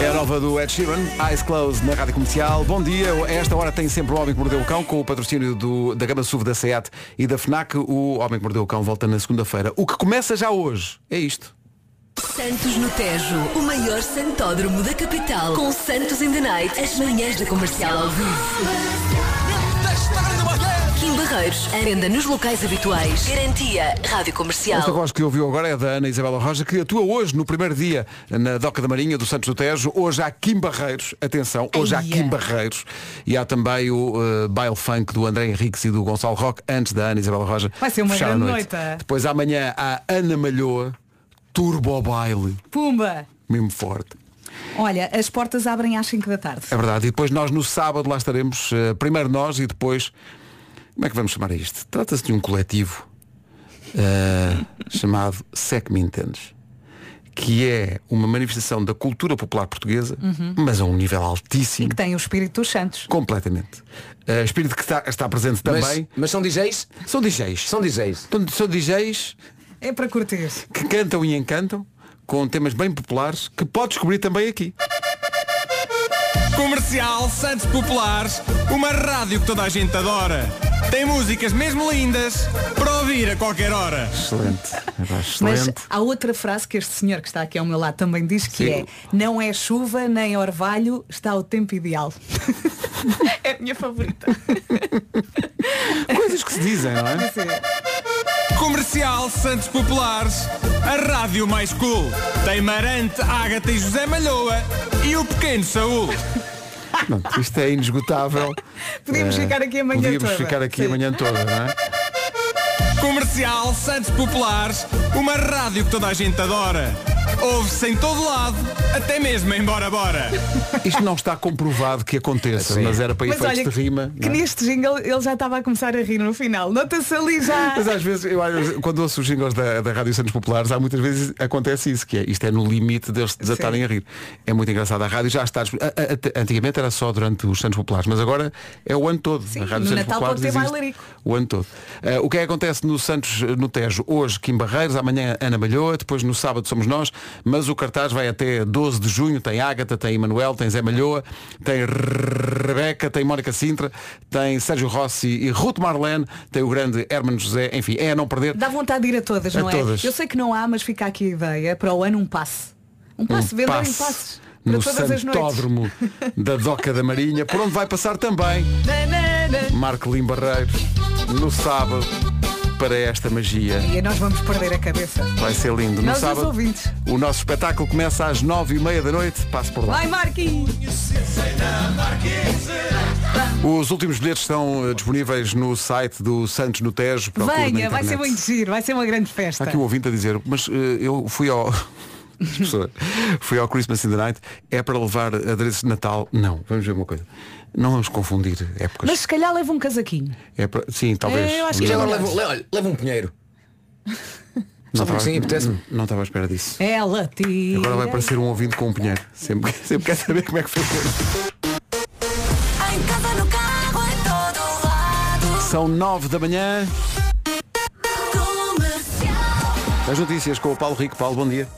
Speaker 1: É a nova do Ed Sheeran, Eyes Closed na Rádio Comercial. Bom dia, a esta hora tem sempre o Homem que Mordeu o Cão, com o patrocínio do- da Gama SUV da SEAT e da FNAC. O Homem que Mordeu o Cão volta na segunda-feira. O que começa já hoje é isto.
Speaker 12: Santos no Tejo, o maior santódromo da capital. Com Santos in the Night, as manhãs da comercial ao vivo. Kim Barreiros, à venda nos locais habituais. Garantia Rádio
Speaker 1: Esta
Speaker 12: Comercial.
Speaker 1: voz que ouviu agora é da Ana Isabela Roja, que atua hoje, no primeiro dia, na Doca da Marinha, do Santos do Tejo. Hoje há Kim Barreiros, atenção, hoje há Kim Barreiros. E há também o eh, baile funk do André Henriques e do Gonçalo Roque, antes da Ana Isabela Roja.
Speaker 3: Vai ser uma
Speaker 1: fechar a
Speaker 3: grande
Speaker 1: noite.
Speaker 3: noite.
Speaker 1: Depois amanhã há Ana Malhoa, Turbo Baile,
Speaker 3: Pumba!
Speaker 1: mesmo forte.
Speaker 3: Olha, as portas abrem às 5 da tarde.
Speaker 1: É verdade. E depois nós no sábado lá estaremos, eh, primeiro nós e depois. Como é que vamos chamar a isto? Trata-se de um coletivo eh, chamado Sec Mintens, que é uma manifestação da cultura popular portuguesa,
Speaker 3: Uhum.
Speaker 1: mas a um nível altíssimo.
Speaker 3: Que tem o espírito dos santos.
Speaker 1: Completamente. Eh, espírito que está, está presente
Speaker 8: Mas-
Speaker 1: também.
Speaker 8: Mas são DJs?
Speaker 1: São DJs.
Speaker 8: São DJs.
Speaker 1: Então, São DJs
Speaker 3: É para curtir.
Speaker 1: que cantam e encantam com temas bem populares que pode descobrir também aqui.
Speaker 15: Comercial Santos Populares, uma rádio que toda a gente adora. Tem músicas mesmo lindas para ouvir a qualquer hora.
Speaker 1: Excelente. É
Speaker 3: Mas
Speaker 1: Excelente.
Speaker 3: há outra frase que este senhor que está aqui ao meu lado também diz que
Speaker 1: Sim.
Speaker 3: é Não é chuva nem orvalho, está o tempo ideal. *laughs* é a minha favorita.
Speaker 1: Coisas que se dizem, não é?
Speaker 15: Comercial Santos Populares, a rádio mais cool. Tem Marante, Ágata e José Malhoa e o pequeno Saúl.
Speaker 1: Pronto, isto é inesgotável.
Speaker 15: Podíamos
Speaker 1: Eh,
Speaker 15: ficar aqui amanhã
Speaker 1: podíamos
Speaker 15: toda.
Speaker 1: ficar aqui
Speaker 15: Sim.
Speaker 1: amanhã toda, não é?
Speaker 15: Comercial Santos Populares, uma rádio que toda a gente adora. Ouve-se em todo lado, até mesmo em Bora Bora.
Speaker 1: Isto não está comprovado que aconteça,
Speaker 15: Sim.
Speaker 1: mas era para
Speaker 3: Mas
Speaker 1: efeitos
Speaker 3: olha
Speaker 1: de rima.
Speaker 3: Que
Speaker 1: não é?
Speaker 3: neste jingle ele já estava a começar a rir no final. Nota-se ali
Speaker 1: *laughs*
Speaker 3: já.
Speaker 1: Mas é- às vezes, eu, às- quando ouço os jingles da, da Rádio Santos Populares, há muitas vezes acontece isso, que é isto é no limite deles se desatarem a rir. É muito engraçado. A rádio já está. disponível. A- a- a- Antigamente era só durante os Santos Populares, mas agora é o ano todo. a Rádio
Speaker 3: no
Speaker 1: Santos
Speaker 3: Natal
Speaker 1: Populares
Speaker 3: pode ter
Speaker 1: existe
Speaker 3: bailarico.
Speaker 1: O ano todo. Eh, o que é que acontece no Santos, eh, no Tejo? Hoje, Kim Barreiros, amanhã Ana Malhoa, depois no sábado somos nós, mas o cartaz vai até 12 de junho, tem Ágata, tem Emanuel, tem Zé Malhoa, tem Rebeca, tem Mónica Sintra, tem Sérgio Rossi e Ruth Marlene, tem o grande Hermano José, enfim, é a não perder.
Speaker 3: Dá vontade de ir a todas,
Speaker 1: A
Speaker 3: não é?
Speaker 1: todas.
Speaker 3: Eu sei que não há, mas fica aqui a ideia. Para o ano um passe. Um passe, vender em passes. Para
Speaker 1: no
Speaker 3: todas as noites.
Speaker 1: santódromo da Doca da Marinha, por onde vai passar também
Speaker 3: Na, na, na.
Speaker 1: Marco Lim Barreiros, no sábado, para esta magia.
Speaker 3: E nós vamos perder a cabeça.
Speaker 1: Vai ser lindo. No
Speaker 3: Nós, os
Speaker 1: sábado,
Speaker 3: ouvintes.
Speaker 1: o nosso espetáculo começa às nove e meia da noite. Passo por lá.
Speaker 3: Vai, Marquinhos!
Speaker 1: Os últimos bilhetes estão eh, disponíveis no site do Santos no Tejo. Procure na
Speaker 3: Venha, vai
Speaker 1: internet.
Speaker 3: ser muito giro, vai ser uma grande festa.
Speaker 1: Está aqui um ouvinte a dizer, mas eh, eu fui ao. *laughs* As pessoas, fui ao Christmas in the Night, é para levar adereços de Natal. Não, vamos ver uma coisa. Não vamos confundir épocas.
Speaker 3: Mas se calhar leva um casaquinho.
Speaker 1: É para- Sim, talvez.
Speaker 3: Eu acho que é
Speaker 1: Não,
Speaker 8: E agora
Speaker 1: não,
Speaker 8: leva, le- olha, leva um pinheiro. Só
Speaker 1: estava-
Speaker 8: porque sim, apetece-me.
Speaker 1: Não estava à espera disso.
Speaker 3: Ela tira.
Speaker 1: Agora vai aparecer um ouvinte com um pinheiro. Sempre, *laughs* sempre quer saber como é que foi.
Speaker 12: Em casa, no carro, em todo lado.
Speaker 1: São nove da manhã. As notícias com o Paulo Rico. Paulo, bom dia.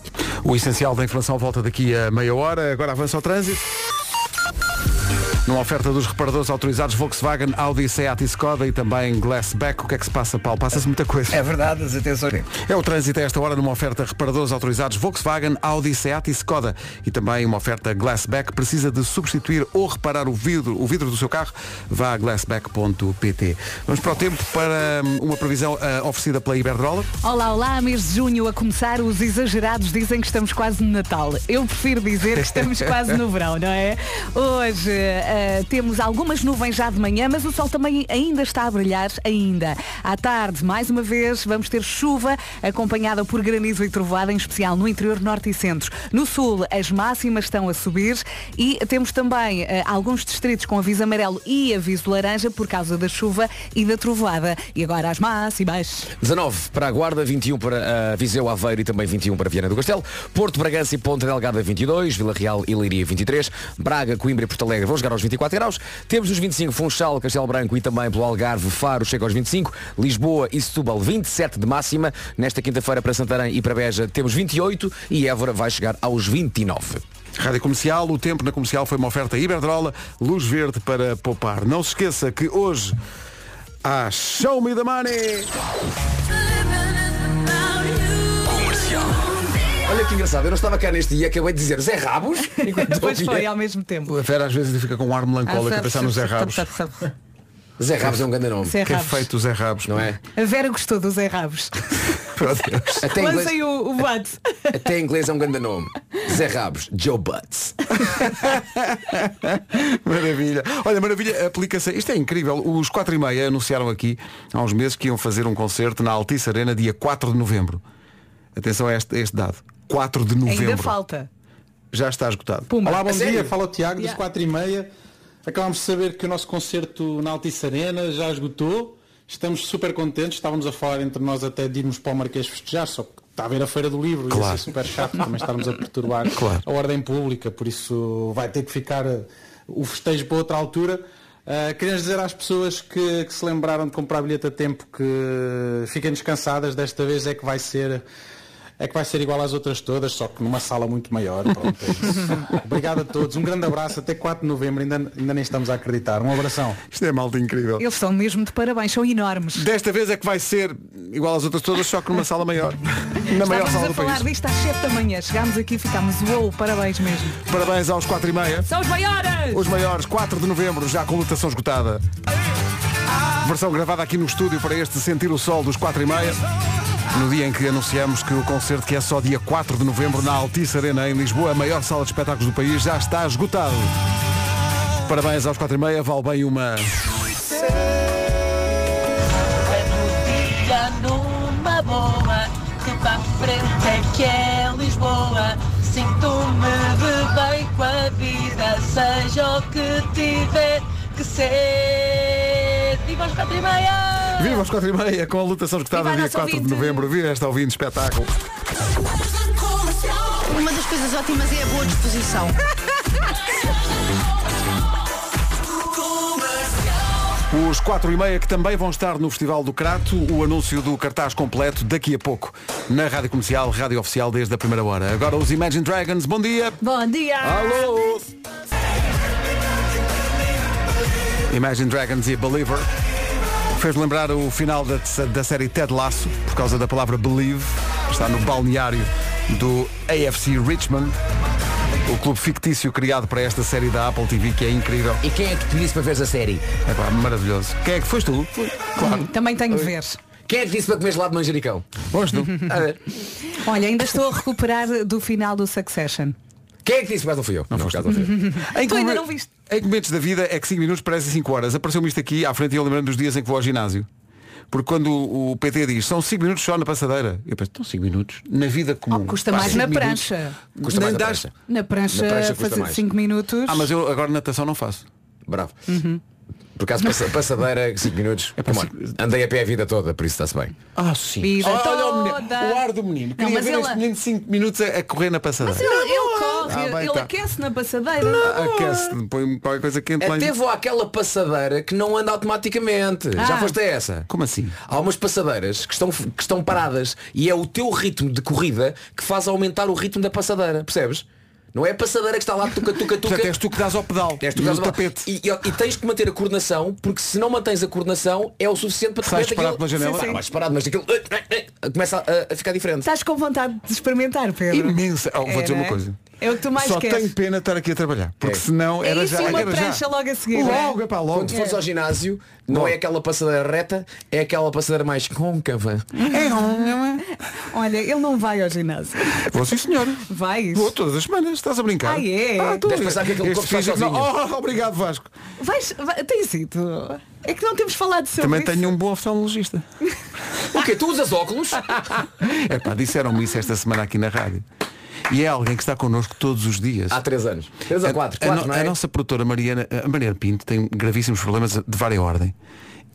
Speaker 1: O essencial da informação volta daqui a meia hora. Agora avança o trânsito. Numa oferta dos reparadores autorizados Volkswagen, Audi, Seat e Skoda e também Glassback, o que é que se passa, Paulo? Passa-se muita coisa.
Speaker 2: É verdade, as atenções.
Speaker 1: É o trânsito a esta hora numa oferta reparadores autorizados Volkswagen, Audi, Seat e Skoda. E também uma oferta Glassback. Precisa de substituir ou reparar o vidro, o vidro do seu carro? Vá a glassback.pt. Vamos para o tempo para hum, uma previsão ah, oferecida pela Iberdrola.
Speaker 3: Olá, olá, mês de junho a começar, os exagerados dizem que estamos quase no Natal. Eu prefiro dizer que estamos quase no verão, não é? Hoje eh, temos algumas nuvens já de manhã, mas o sol também ainda está a brilhar, ainda. À tarde, mais uma vez, vamos ter chuva acompanhada por granizo e trovoada, em especial no interior norte e centro. No sul, as máximas estão a subir e temos também eh, alguns distritos com aviso amarelo e aviso laranja por causa da chuva e da trovoada. E agora as máximas.
Speaker 8: 19 para a Guarda, 21 para ah, Viseu, Aveiro e também 21 para Viana do Castelo. Porto, Bragança e Ponta Delgada 22, Vila Real e Leiria 23, Braga, Coimbra e Porto Alegre vão chegar aos 24 graus. Temos os 25 Funchal, Castelo Branco e também pelo Algarve, Faro chega aos 25, Lisboa e Setúbal 27 de máxima. Nesta quinta-feira para Santarém e para Beja temos 28 e Évora vai chegar aos 29.
Speaker 1: Rádio Comercial, o tempo na comercial foi uma oferta Iberdrola, luz verde para poupar. Não se esqueça que hoje há Show Me the Money!
Speaker 8: Comercial. Olha que engraçado, eu não estava cá neste dia, acabei de dizer Zé Rabos. enquanto
Speaker 3: Pois foi,
Speaker 8: ouvia.
Speaker 3: ao mesmo tempo. Ah,
Speaker 1: A Vera às vezes fica com um ar melancólico a pensar no Zé Rabos.
Speaker 8: Zé Rabos é um grande nome.
Speaker 3: Zé
Speaker 1: Que é
Speaker 3: Rabos.
Speaker 1: feito o Zé Rabos, não
Speaker 8: é?
Speaker 3: A Vera gostou do Zé Rabos.
Speaker 1: *laughs* Meu Deus. *laughs*
Speaker 8: Até em inglês,
Speaker 3: Lancei o, o bate.
Speaker 8: até em inglês é um grande nome. Zé Rabos, Joe Butts.
Speaker 1: Maravilha. Olha, maravilha, aplica-se. Isto é incrível. Os 4 e meia anunciaram aqui há uns meses que iam fazer um concerto na Altice Arena dia 4 de novembro. Atenção a este, a este dado. 4 de novembro.
Speaker 3: Ainda falta.
Speaker 1: Já está esgotado.
Speaker 14: Olá,
Speaker 1: A
Speaker 14: bom
Speaker 1: sério?
Speaker 14: dia. Fala o Tiago,
Speaker 3: Yeah.
Speaker 14: das quatro e meia. Acabámos de saber que o nosso concerto na Altice Arena já esgotou. Estamos super contentes. Estávamos a falar entre nós até de irmos para o Marquês festejar, só que está a ver a Feira do Livro e isso
Speaker 1: Claro.
Speaker 14: é super chato. Também estarmos a perturbar
Speaker 1: Claro.
Speaker 14: a ordem pública, por isso vai ter que ficar eh, o festejo para outra altura. Uh, queria dizer às pessoas que, que se lembraram de comprar bilhete a tempo que fiquem descansadas, desta vez é que vai ser é que vai ser igual às outras todas, só que numa sala muito maior. Pronto, é isso.
Speaker 2: *laughs*
Speaker 14: Obrigado a todos, um grande abraço, até 4 de novembro, ainda, ainda nem estamos a acreditar. Um abração.
Speaker 1: Isto é malta incrível.
Speaker 3: Eles são mesmo de parabéns, são enormes.
Speaker 1: Desta vez é que vai ser igual às outras todas, só que numa sala
Speaker 3: *laughs*
Speaker 1: maior. Na maior
Speaker 3: Estávamos
Speaker 1: sala
Speaker 3: a
Speaker 1: do
Speaker 3: falar
Speaker 1: país.
Speaker 3: disto às 7 da manhã. Chegámos aqui e ficámos uou, parabéns mesmo.
Speaker 1: Parabéns aos 4 e meia.
Speaker 3: São os maiores!
Speaker 1: Os maiores, 4 de novembro, já com lotação esgotada. Versão gravada aqui no estúdio para este Sentir o Sol dos 4 e meia. No dia em que anunciamos que o concerto, que é só dia 4 de novembro, na Altice Arena, em Lisboa, a maior sala de espetáculos do país, já está esgotado. Parabéns aos 4 e meia, vale bem uma...
Speaker 16: Fica numa boa, que para a frente é que é Lisboa. Sinto-me de bem com a vida, seja o que tiver que ser. Viva os quatro e meia!
Speaker 1: Viva às 4 e meia, com a lotação esgotada
Speaker 16: Viva a
Speaker 1: dia
Speaker 16: nossa
Speaker 1: 4 de
Speaker 16: ouvinte.
Speaker 1: novembro. Viva esta ouvinte, espetáculo.
Speaker 10: Uma das coisas ótimas é a boa disposição.
Speaker 1: Os 4 e meia que também vão estar no Festival do Crato, o anúncio do cartaz completo daqui a pouco, na Rádio Comercial, Rádio Oficial desde a primeira hora. Agora os Imagine Dragons, bom dia!
Speaker 3: Bom dia!
Speaker 1: Alô! Imagine Dragons e Believer. Fez-me lembrar o final da, da série Ted Lasso, por causa da palavra Believe, está no balneário do AFC Richmond, o clube fictício criado para esta série da Apple TV, que é incrível.
Speaker 8: E quem é que te disse para veres a série?
Speaker 1: É pá, maravilhoso. Quem é que foste tu? Claro.
Speaker 3: Também tenho de ver.
Speaker 8: Quem é que disse para comer gelado de manjericão?
Speaker 1: *laughs* Hoje não.
Speaker 3: Olha, ainda estou a recuperar do final do Succession.
Speaker 8: Quem é que disse? Mas não fui eu. Não, por acaso não fui eu.
Speaker 1: Em
Speaker 3: tu ainda
Speaker 1: que-
Speaker 3: não viste.
Speaker 1: Em que momentos da vida é que 5 minutos parecem 5 horas? Apareceu-me isto aqui à frente e eu lembrando dos dias em que vou ao ginásio. Porque quando o o PT diz são 5 minutos só na passadeira, eu penso, estão 5 minutos na vida comum.
Speaker 3: Ah, Custa
Speaker 1: Pá,
Speaker 3: mais
Speaker 1: cinco
Speaker 3: na
Speaker 1: minutos.
Speaker 3: prancha.
Speaker 1: Custa mais
Speaker 3: Nem
Speaker 1: na
Speaker 3: dás-
Speaker 1: prancha.
Speaker 3: Na prancha,
Speaker 1: Na prancha custa
Speaker 3: fazer
Speaker 1: mais.
Speaker 3: 5 minutos.
Speaker 1: Ah, mas eu agora natação não faço.
Speaker 8: Bravo. Por acaso, passa- passadeira, 5 É minutos. Come on. Andei a pé a vida toda, por isso está-se bem.
Speaker 1: Ah, sim.
Speaker 3: Vida
Speaker 1: olha olha o, menino,
Speaker 3: toda.
Speaker 1: o ar do menino.
Speaker 3: Não,
Speaker 1: Queria
Speaker 3: mas
Speaker 1: ver
Speaker 3: ele-
Speaker 1: este menino de 5 minutos a, a correr na passadeira.
Speaker 3: Mas ele, ele corre,
Speaker 1: Ah, bem,
Speaker 3: ele
Speaker 1: tá.
Speaker 3: aquece na passadeira.
Speaker 1: Aquece, põe qualquer coisa quente lá em-
Speaker 8: Até vou àquela passadeira que não anda automaticamente. Já
Speaker 3: Ah.
Speaker 8: foste a essa?
Speaker 1: Como assim?
Speaker 8: Há umas passadeiras que estão, que estão paradas e é o teu ritmo de corrida que faz aumentar o ritmo da passadeira, percebes? Não é a passadeira que está lá tuca tuca tuca.
Speaker 1: Portanto, és tu que dás ao pedal.
Speaker 8: És tu
Speaker 1: E
Speaker 8: que dás
Speaker 1: no
Speaker 8: ao pedal. E, e- e tens que manter a coordenação, porque se não mantens a coordenação é o suficiente para te
Speaker 1: Sais
Speaker 8: repente
Speaker 1: disparado
Speaker 8: aquilo-
Speaker 1: pela janela?
Speaker 8: Pá,
Speaker 1: Sim, sim.
Speaker 8: vais disparado, mas aquilo eh, começa a- a ficar diferente.
Speaker 3: Estás com vontade de experimentar, Pedro.
Speaker 1: Imensa. Oh, vou
Speaker 3: É,
Speaker 1: dizer uma
Speaker 3: não é?
Speaker 1: coisa.
Speaker 3: É o que tu mais
Speaker 1: Só
Speaker 3: queres.
Speaker 1: tenho pena de estar aqui a trabalhar. Porque senão
Speaker 3: É
Speaker 1: era
Speaker 3: isso
Speaker 1: já.
Speaker 3: e uma
Speaker 1: era
Speaker 3: prancha
Speaker 1: já.
Speaker 3: logo a seguir.
Speaker 1: Logo,
Speaker 3: não
Speaker 1: é pá, logo.
Speaker 8: Quando fores ao ginásio, não é aquela passadeira reta, é aquela passadeira mais côncava.
Speaker 3: É, não é? Olha, ele não vai ao ginásio.
Speaker 1: Vou sim senhor.
Speaker 3: Vais?
Speaker 1: Vou todas as semanas, estás a brincar.
Speaker 3: Ah, é? Então
Speaker 1: Ah, tu-
Speaker 8: Deves pensar que aquele
Speaker 1: este
Speaker 8: corpo está
Speaker 1: físico-
Speaker 8: sozinho.
Speaker 1: Não, oh, obrigado Vasco.
Speaker 3: Vais, vai, tens ido. É que não temos falado sobre
Speaker 1: Também
Speaker 3: isso.
Speaker 1: tenho um bom oftalmologista.
Speaker 8: O quê? Tu usas óculos?
Speaker 1: É pá, disseram-me isso esta semana aqui na rádio. E é alguém que está connosco todos os dias.
Speaker 8: Há três anos. Três a Ah, quatro.
Speaker 1: A, no-
Speaker 8: Quatro, não é?
Speaker 1: a nossa produtora Mariana, a Mariana Pinto tem gravíssimos problemas de várias ordem.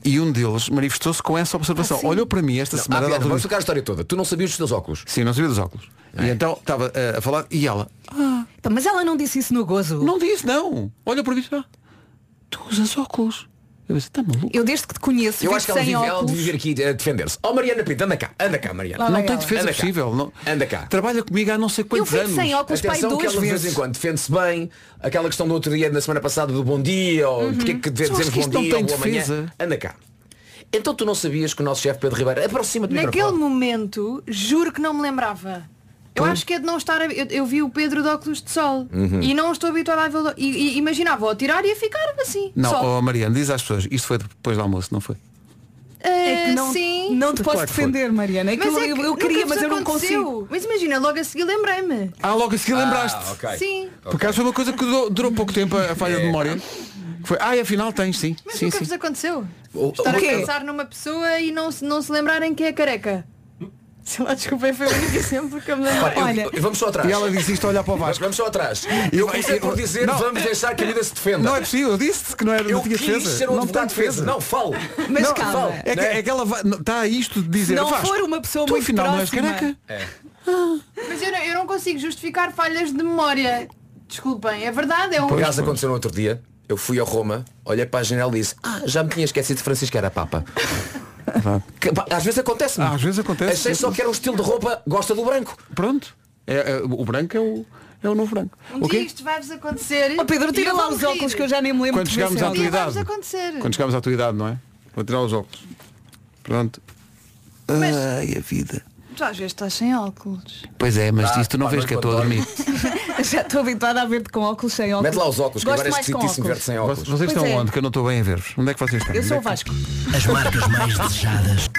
Speaker 1: E um deles manifestou-se com essa
Speaker 3: Ah,
Speaker 1: observação. Olhou para mim esta
Speaker 8: Não, ah,
Speaker 1: semana. da
Speaker 8: Pedro,
Speaker 1: altura-
Speaker 8: vamos tocar a história toda. Tu não sabias dos teus óculos.
Speaker 1: Sim, não sabia dos óculos.
Speaker 8: Ah, é.
Speaker 1: E então estava eh, a falar e ela,
Speaker 3: Ah, pá, mas ela não disse isso no gozo.
Speaker 1: Não disse, não. Olha para mim ah, tu usas óculos. Eu disse, está maluco.
Speaker 3: Eu desde que te conheço,
Speaker 8: Eu
Speaker 3: vivo
Speaker 8: acho que ela
Speaker 3: sem
Speaker 8: devia, ela
Speaker 3: óculos.
Speaker 8: devia vir aqui a defender-se. Oh Mariana Pinto, anda cá, anda cá, Mariana.
Speaker 3: Lá vai
Speaker 1: não tem
Speaker 3: ela.
Speaker 1: defesa
Speaker 8: Anda cá.
Speaker 1: possível. Não.
Speaker 8: Anda cá.
Speaker 1: Trabalha comigo há não sei quantos
Speaker 3: fico
Speaker 1: anos.
Speaker 3: sem óculos, pai,
Speaker 8: Atenção que ela
Speaker 3: duas
Speaker 8: de vez em
Speaker 3: vezes.
Speaker 8: quando defende-se bem Aquela questão do outro dia, na semana passada Do bom dia, ou porque é que deve
Speaker 1: Uhum. Só
Speaker 8: dizer
Speaker 1: acho que
Speaker 8: bom
Speaker 1: isto não
Speaker 8: dia
Speaker 1: tem
Speaker 8: ou boa manhã
Speaker 1: defesa.
Speaker 8: Anda cá Então tu não sabias que o nosso chefe Pedro Ribeiro Aproxima-te do
Speaker 10: Naquele
Speaker 8: microfone
Speaker 10: momento, juro que não me lembrava. Eu acho que é de não estar. a- Eu, eu vi o Pedro de óculos de sol
Speaker 1: Uhum.
Speaker 10: e não estou habituada a vê-lo. E, e imaginava-o a tirar e a ficar assim.
Speaker 1: Não,
Speaker 10: só.
Speaker 1: oh, Mariana, diz às pessoas, isto foi depois do almoço, não foi?
Speaker 10: Eh,
Speaker 3: É que não,
Speaker 10: sim.
Speaker 3: não te posso
Speaker 1: Claro que foi.
Speaker 3: defender, Mariana. É que eu, eu
Speaker 10: nunca
Speaker 3: queria,
Speaker 10: vos
Speaker 3: mas eu não
Speaker 10: aconteceu.
Speaker 3: consigo.
Speaker 10: Mas imagina, logo a seguir lembrei-me.
Speaker 1: Ah, logo a seguir lembraste.
Speaker 10: Sim.
Speaker 1: Por acaso foi uma coisa que durou, durou pouco
Speaker 8: *laughs*
Speaker 1: tempo a, a falha de memória. Que Foi, ah, e afinal tens, sim.
Speaker 10: Mas
Speaker 1: sim,
Speaker 10: nunca
Speaker 1: sim.
Speaker 10: vos aconteceu.
Speaker 1: O-
Speaker 10: Estar
Speaker 1: o
Speaker 10: a
Speaker 1: quê?
Speaker 10: pensar numa pessoa e não se, não se lembrarem que é careca. *laughs* Sei lá, desculpem, foi o único exemplo que eu me
Speaker 8: Pá,
Speaker 10: lembro.
Speaker 8: eu- eu- Vamos só atrás
Speaker 1: E ela disse isto a olhar para o Vasco.
Speaker 8: Vamos só atrás Eu comecei por dizer
Speaker 1: não.
Speaker 8: vamos deixar que a vida se defenda
Speaker 1: Não é possível, eu disse-te que não era
Speaker 8: Eu
Speaker 1: não tinha
Speaker 8: quis
Speaker 1: defesa.
Speaker 8: ser um
Speaker 1: não
Speaker 8: advogado de
Speaker 1: tem
Speaker 8: defesa Não, falo Né?
Speaker 3: Mas
Speaker 1: não,
Speaker 3: calma.
Speaker 1: fala. É que, é que ela vai- não, está a isto de dizer.
Speaker 3: Se não
Speaker 1: Vasco,
Speaker 3: for uma pessoa
Speaker 1: tu
Speaker 3: muito
Speaker 1: afinal não és
Speaker 3: próxima.
Speaker 1: careca.
Speaker 8: É.
Speaker 10: Mas eu não, eu não consigo justificar falhas de memória. Desculpem, é verdade, é um.
Speaker 8: Por acaso aconteceu no outro dia Eu fui a Roma, olhei para a janela e disse Ah, já me tinha esquecido de Francisco era Papa Que, pá, Às vezes acontece-me
Speaker 1: Ah, às vezes acontece.
Speaker 8: Achei só que era um estilo de roupa Gosta do branco
Speaker 1: Pronto. É, é, o branco é o, é o novo branco.
Speaker 10: Um
Speaker 1: Ok?
Speaker 10: dia isto vai-vos acontecer.
Speaker 3: Ó, Pedro,
Speaker 10: e
Speaker 3: tira
Speaker 10: eu
Speaker 3: lá
Speaker 10: vou
Speaker 3: os
Speaker 10: rir.
Speaker 3: óculos que eu já nem me lembro
Speaker 1: Quando
Speaker 3: de ver
Speaker 1: chegarmos
Speaker 3: se é
Speaker 1: à
Speaker 3: ela-
Speaker 1: tua
Speaker 10: E
Speaker 1: idade.
Speaker 10: vai-vos acontecer.
Speaker 1: Quando chegarmos à tua idade, não é? Vou tirar os óculos. Pronto. Ai, a vida.
Speaker 10: Tu às vezes estás sem óculos.
Speaker 1: Pois é, mas
Speaker 8: Ah,
Speaker 1: isto não
Speaker 8: pá,
Speaker 1: vês
Speaker 8: mas
Speaker 1: que eu
Speaker 8: quando
Speaker 1: estou a dormir.
Speaker 3: *laughs* Já estou habituada a ver-te com óculos, sem óculos.
Speaker 8: Mete lá os óculos, que
Speaker 3: Gosto
Speaker 8: agora é
Speaker 3: mais com
Speaker 8: esquisitíssimo
Speaker 3: óculos.
Speaker 8: ver-te sem óculos.
Speaker 1: Vocês
Speaker 3: Pois
Speaker 1: estão
Speaker 3: é.
Speaker 1: onde? Que eu não estou bem a ver-vos. Onde é que vocês estão?
Speaker 3: Eu
Speaker 1: Onde
Speaker 3: sou
Speaker 1: é
Speaker 3: o
Speaker 1: que-
Speaker 3: Vasco.
Speaker 17: As marcas mais desejadas.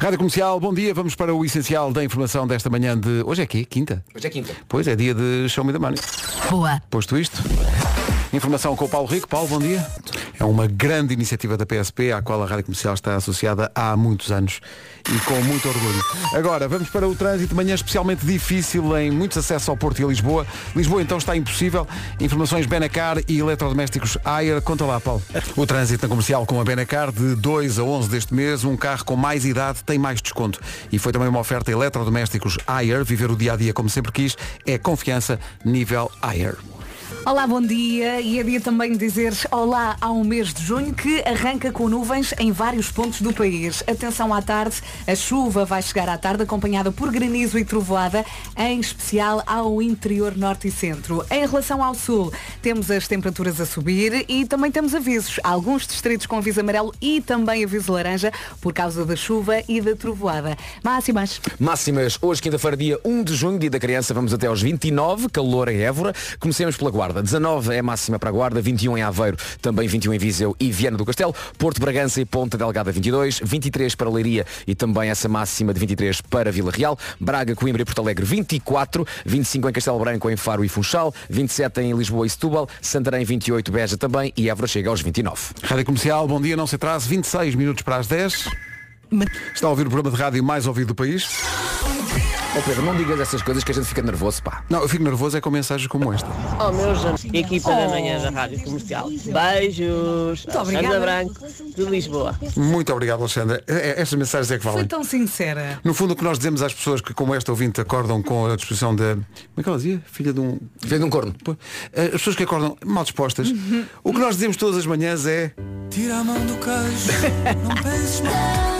Speaker 1: Rádio Comercial, bom dia. Vamos para o essencial da informação desta manhã de. Hoje é quê? Quinta?
Speaker 8: Hoje é quinta.
Speaker 1: Pois é, dia de Show Me the Money.
Speaker 12: Boa.
Speaker 1: Posto isto, informação com o Paulo Rico. Paulo, bom dia. É uma grande iniciativa da PSP, à qual a Rádio Comercial está associada há muitos anos e com muito orgulho. Agora, vamos para o trânsito. Manhã especialmente difícil em muitos acessos ao Porto e a Lisboa. Lisboa, então, está impossível. Informações Benacar e eletrodomésticos Ayer. Conta lá, Paulo. O trânsito na comercial com a Benacar de 2 a 11 deste mês. Um carro com mais idade tem mais desconto. E foi também uma oferta eletrodomésticos Ayer. Viver o dia-a-dia como sempre quis é confiança nível Ayer.
Speaker 3: Olá, bom dia. E é dia também de dizer olá ao mês de junho que arranca com nuvens em vários pontos do país. Atenção à tarde, a chuva vai chegar à tarde acompanhada por granizo e trovoada, em especial ao interior norte e centro. Em relação ao sul, temos as temperaturas a subir e também temos avisos. Há Alguns distritos com aviso amarelo e também aviso laranja por causa da chuva e da trovoada. Máximas.
Speaker 8: um Máximas, hoje quinta-feira, dia 1 de junho, dia da criança, vamos até aos 29, calor em Évora. Comecemos pela Guarda. Guarda. 19 é máxima para a Guarda, 21 em Aveiro, também 21 em Viseu e Viana do Castelo, Porto Bragança e Ponta Delgada 22, 23 para Leiria e também essa máxima de 23 para Vila Real, Braga, Coimbra e Porto Alegre 24, 25 em Castelo Branco, em Faro e Funchal, 27 em Lisboa e Setúbal, Santarém 28, Beja também e Évora chega aos 29.
Speaker 1: Rádio Comercial, bom dia, não se atrase, 26 minutos para as 10. Está a ouvir o programa de rádio mais ouvido do país?
Speaker 8: Ó Pedro, não digas essas coisas que a gente fica nervoso, pá.
Speaker 1: Não, eu fico nervoso é com mensagens como esta.
Speaker 18: Oh, meus amigos, equipa da
Speaker 1: Oh.
Speaker 18: manhã da Rádio Comercial. Beijos.
Speaker 3: Muito obrigada.
Speaker 18: Alexandra Branco, de Lisboa.
Speaker 1: Muito obrigado, Alexandra. É- é- Estas mensagens é que
Speaker 3: Foi
Speaker 1: valem.
Speaker 3: tão sincera.
Speaker 1: No fundo, o que nós dizemos às pessoas que, como esta ouvinte, acordam com a disposição da. Como é que ela dizia? Filha de um. Eh,
Speaker 8: Filha de um corno.
Speaker 1: As pessoas que acordam mal dispostas, o que nós dizemos todas as manhãs é.
Speaker 15: Tira a mão do queijo,
Speaker 1: *laughs*
Speaker 15: não penses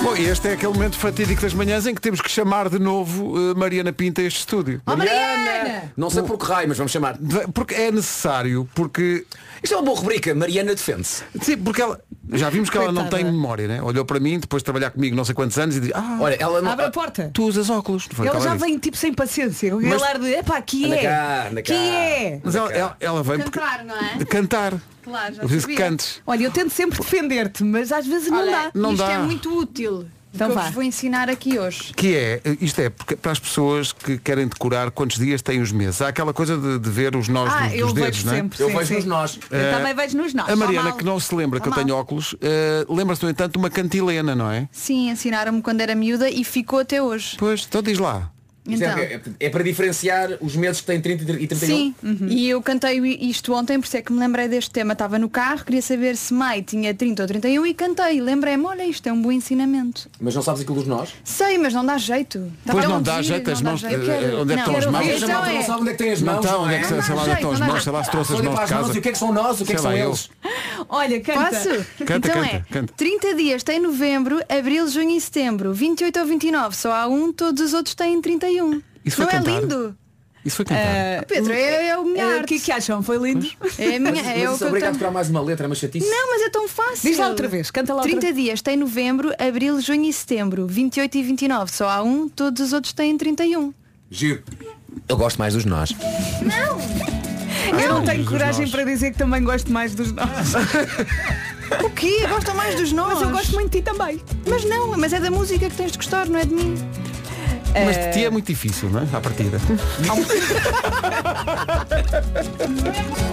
Speaker 1: Bom, e este é aquele momento fatídico das manhãs em que temos que chamar de novo eh, Mariana Pinta a este estúdio.
Speaker 3: É.
Speaker 8: Mariana! Não sei por que raio, mas vamos chamar.
Speaker 1: Porque é necessário, porque.
Speaker 8: Isto é uma boa rubrica, Mariana defende-se.
Speaker 1: Sim, porque ela. Já vimos que ela não
Speaker 8: Coitada.
Speaker 1: tem memória, né? Olhou para mim, depois de trabalhar comigo não sei quantos anos e diz, ah,
Speaker 8: Olha, ela não-
Speaker 3: Abre a porta.
Speaker 1: Tu usas óculos. Não foi o que
Speaker 3: Ele
Speaker 1: ela
Speaker 3: já
Speaker 1: disse.
Speaker 3: vem tipo sem paciência. Com
Speaker 1: Mas-
Speaker 3: aquele ar de, epá, que
Speaker 1: Anda
Speaker 3: é?
Speaker 1: cá, anda
Speaker 3: que
Speaker 1: cá.
Speaker 3: é?
Speaker 1: Mas ela, ela, ela vem porque-
Speaker 10: Cantar, não é?
Speaker 1: de cantar.
Speaker 10: Claro, já
Speaker 1: Eu preciso que
Speaker 10: sabia.
Speaker 1: cantes.
Speaker 3: Olha, eu tento sempre defender-te, mas às vezes não
Speaker 10: Olha,
Speaker 3: dá.
Speaker 1: Não
Speaker 10: isto
Speaker 1: dá.
Speaker 10: é muito útil.
Speaker 3: Então
Speaker 10: que
Speaker 3: vá.
Speaker 10: eu vos vou ensinar aqui hoje.
Speaker 1: Que é, isto é porque, para as pessoas que querem decorar quantos dias têm os meses. Há aquela coisa de, de ver os nós
Speaker 10: Ah,
Speaker 1: dos,
Speaker 10: eu
Speaker 1: dos
Speaker 10: vejo
Speaker 1: dedos, não é?
Speaker 10: sempre, Eu sim, vejo sim. nos nós. Eu
Speaker 1: Eh,
Speaker 10: também vejo nos nós.
Speaker 1: A Mariana,
Speaker 10: Normal.
Speaker 1: que não se lembra que eu
Speaker 10: Normal.
Speaker 1: tenho óculos, eh, lembra-se, no entanto, de uma cantilena, não é?
Speaker 10: Sim, ensinaram-me quando era miúda e ficou até hoje.
Speaker 1: Pois, então diz lá.
Speaker 10: Então.
Speaker 8: É, é para diferenciar os meses que têm 30 e 31.
Speaker 10: Sim,
Speaker 1: Uhum.
Speaker 10: e eu cantei isto ontem, por isso é que me lembrei deste tema. Estava no carro, queria saber se Mai tinha 30 ou 31 e cantei. Lembrei-me, olha, isto é um bom ensinamento.
Speaker 8: Mas não sabes aquilo dos nós?
Speaker 10: Sei, mas não dá jeito. Estava
Speaker 1: Pois
Speaker 10: a
Speaker 1: não dá
Speaker 10: ouvir,
Speaker 1: jeito, as
Speaker 10: não dá
Speaker 1: mãos. eh,
Speaker 10: jeito. Eu
Speaker 1: Onde
Speaker 10: quero-
Speaker 1: é que
Speaker 10: não.
Speaker 1: estão as mãos?
Speaker 10: Então é-
Speaker 1: Não estão, onde é que
Speaker 10: Não dá
Speaker 1: sei lá onde é que estão as
Speaker 10: jeito, não dá
Speaker 1: mãos, sei lá se
Speaker 10: jeito.
Speaker 1: trouxe as
Speaker 8: Olha
Speaker 1: mãos
Speaker 8: para
Speaker 1: de
Speaker 8: as mãos,
Speaker 1: casa.
Speaker 8: e o que é que são nós, o que é que
Speaker 1: Sei
Speaker 8: são
Speaker 1: lá, eu.
Speaker 8: eles?
Speaker 3: Olha, canta.
Speaker 10: Posso?
Speaker 1: Canta,
Speaker 10: então
Speaker 1: canta,
Speaker 10: é.
Speaker 1: canta.
Speaker 10: 30 dias tem novembro, abril, junho e setembro. 28 ou 29, só há um, todos os outros têm 31.
Speaker 1: Isso foi
Speaker 10: não é
Speaker 1: cantar?
Speaker 10: lindo?
Speaker 1: Isso foi
Speaker 8: Eh,
Speaker 1: cantar.
Speaker 10: Ah, Pedro, é, é o minha
Speaker 3: Eh,
Speaker 10: arte.
Speaker 3: O que é que acham? Foi lindo? *laughs*
Speaker 10: É a minha,
Speaker 8: Mas- mas
Speaker 10: é o
Speaker 8: isso
Speaker 10: que eu
Speaker 8: obrigado
Speaker 10: tenho.
Speaker 8: por mais uma letra, é uma chatice.
Speaker 10: Não, mas é tão fácil.
Speaker 3: Diz lá outra vez, canta lá outra
Speaker 10: 30 dias tem novembro, abril, junho e setembro. 28 e 29, só há um, todos os outros têm 31.
Speaker 8: Giro. Eu gosto mais dos nós.
Speaker 3: eu não
Speaker 8: não,
Speaker 3: tenho
Speaker 8: dos
Speaker 3: coragem
Speaker 8: nós.
Speaker 3: para dizer que também gosto mais dos nós.
Speaker 10: *laughs* O quê? Gosta mais dos nós?
Speaker 3: Mas eu gosto muito de ti também.
Speaker 10: Mas não, mas é da música que tens de gostar, não é de mim.
Speaker 8: eh.
Speaker 1: Mas de ti é muito difícil, não é?
Speaker 8: *laughs*
Speaker 1: À partida.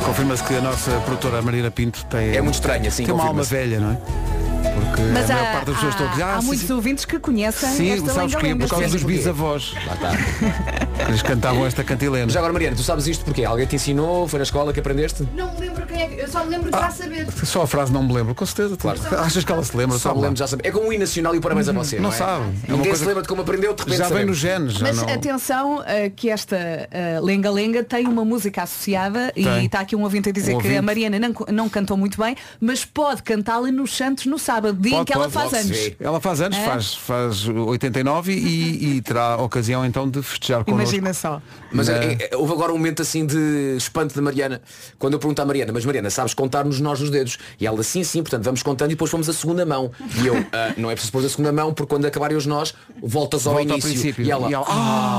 Speaker 1: Confirma-se que a nossa produtora Marina Pinto tem.
Speaker 8: É muito estranha, sim,
Speaker 1: Tem uma alma
Speaker 8: confirma-se.
Speaker 1: velha, não é? Porque
Speaker 3: Mas
Speaker 1: a maior
Speaker 3: há,
Speaker 1: parte das pessoas estão a dizer,
Speaker 3: há
Speaker 1: ah, sim,
Speaker 3: muitos
Speaker 1: sim,
Speaker 3: ouvintes que conhecem
Speaker 1: Sim,
Speaker 3: esta
Speaker 1: sabes porquê?
Speaker 3: lenga
Speaker 1: Por causa dos
Speaker 8: Porquê?
Speaker 1: bisavós.
Speaker 8: Lá está.
Speaker 1: Eles cantavam esta cantilena.
Speaker 8: Já agora, Mariana, tu sabes isto porquê? Alguém te ensinou? Foi na escola que aprendeste?
Speaker 10: Não me lembro quem é que. Eu só me lembro de já saber.
Speaker 1: Só a frase não me lembro, com certeza. Claro. Achas que ela se lembra?
Speaker 8: Só me lembro, já sabe. É como o Inacional e o
Speaker 10: Uhum.
Speaker 8: Parabéns a você.
Speaker 1: Não
Speaker 8: é?
Speaker 1: sabe. É uma
Speaker 8: Ninguém
Speaker 1: coisa
Speaker 8: se lembra de como aprendeu, de repente
Speaker 1: Já vem
Speaker 8: sabemos.
Speaker 1: nos genes, já
Speaker 3: Mas
Speaker 1: não.
Speaker 3: atenção eh, que esta eh, lenga-lenga tem uma música associada
Speaker 1: Tem.
Speaker 3: e está aqui um ouvinte a dizer
Speaker 1: Um
Speaker 3: que
Speaker 1: ouvinte.
Speaker 3: a Mariana não, não cantou muito bem, mas pode cantá-la nos Santos no sábado, dia em que ela faz anos.
Speaker 1: Ela faz anos,
Speaker 3: É?
Speaker 1: faz, faz 89 e, e terá a ocasião então de festejar connosco.
Speaker 3: Imagina só.
Speaker 8: Mas
Speaker 1: Na-
Speaker 8: é- é- houve agora um momento assim de espanto da Mariana. Quando eu pergunto à Mariana, mas Mariana, sabes contar-nos nós nos dedos? E ela, sim, sim, portanto vamos contando e depois fomos a segunda mão. E eu, "Ah, não é preciso pôr a segunda mão, porque quando acabarem os nós, voltas ao
Speaker 1: Volta ao
Speaker 8: início.
Speaker 1: princípio.
Speaker 8: E ela,
Speaker 1: E ela,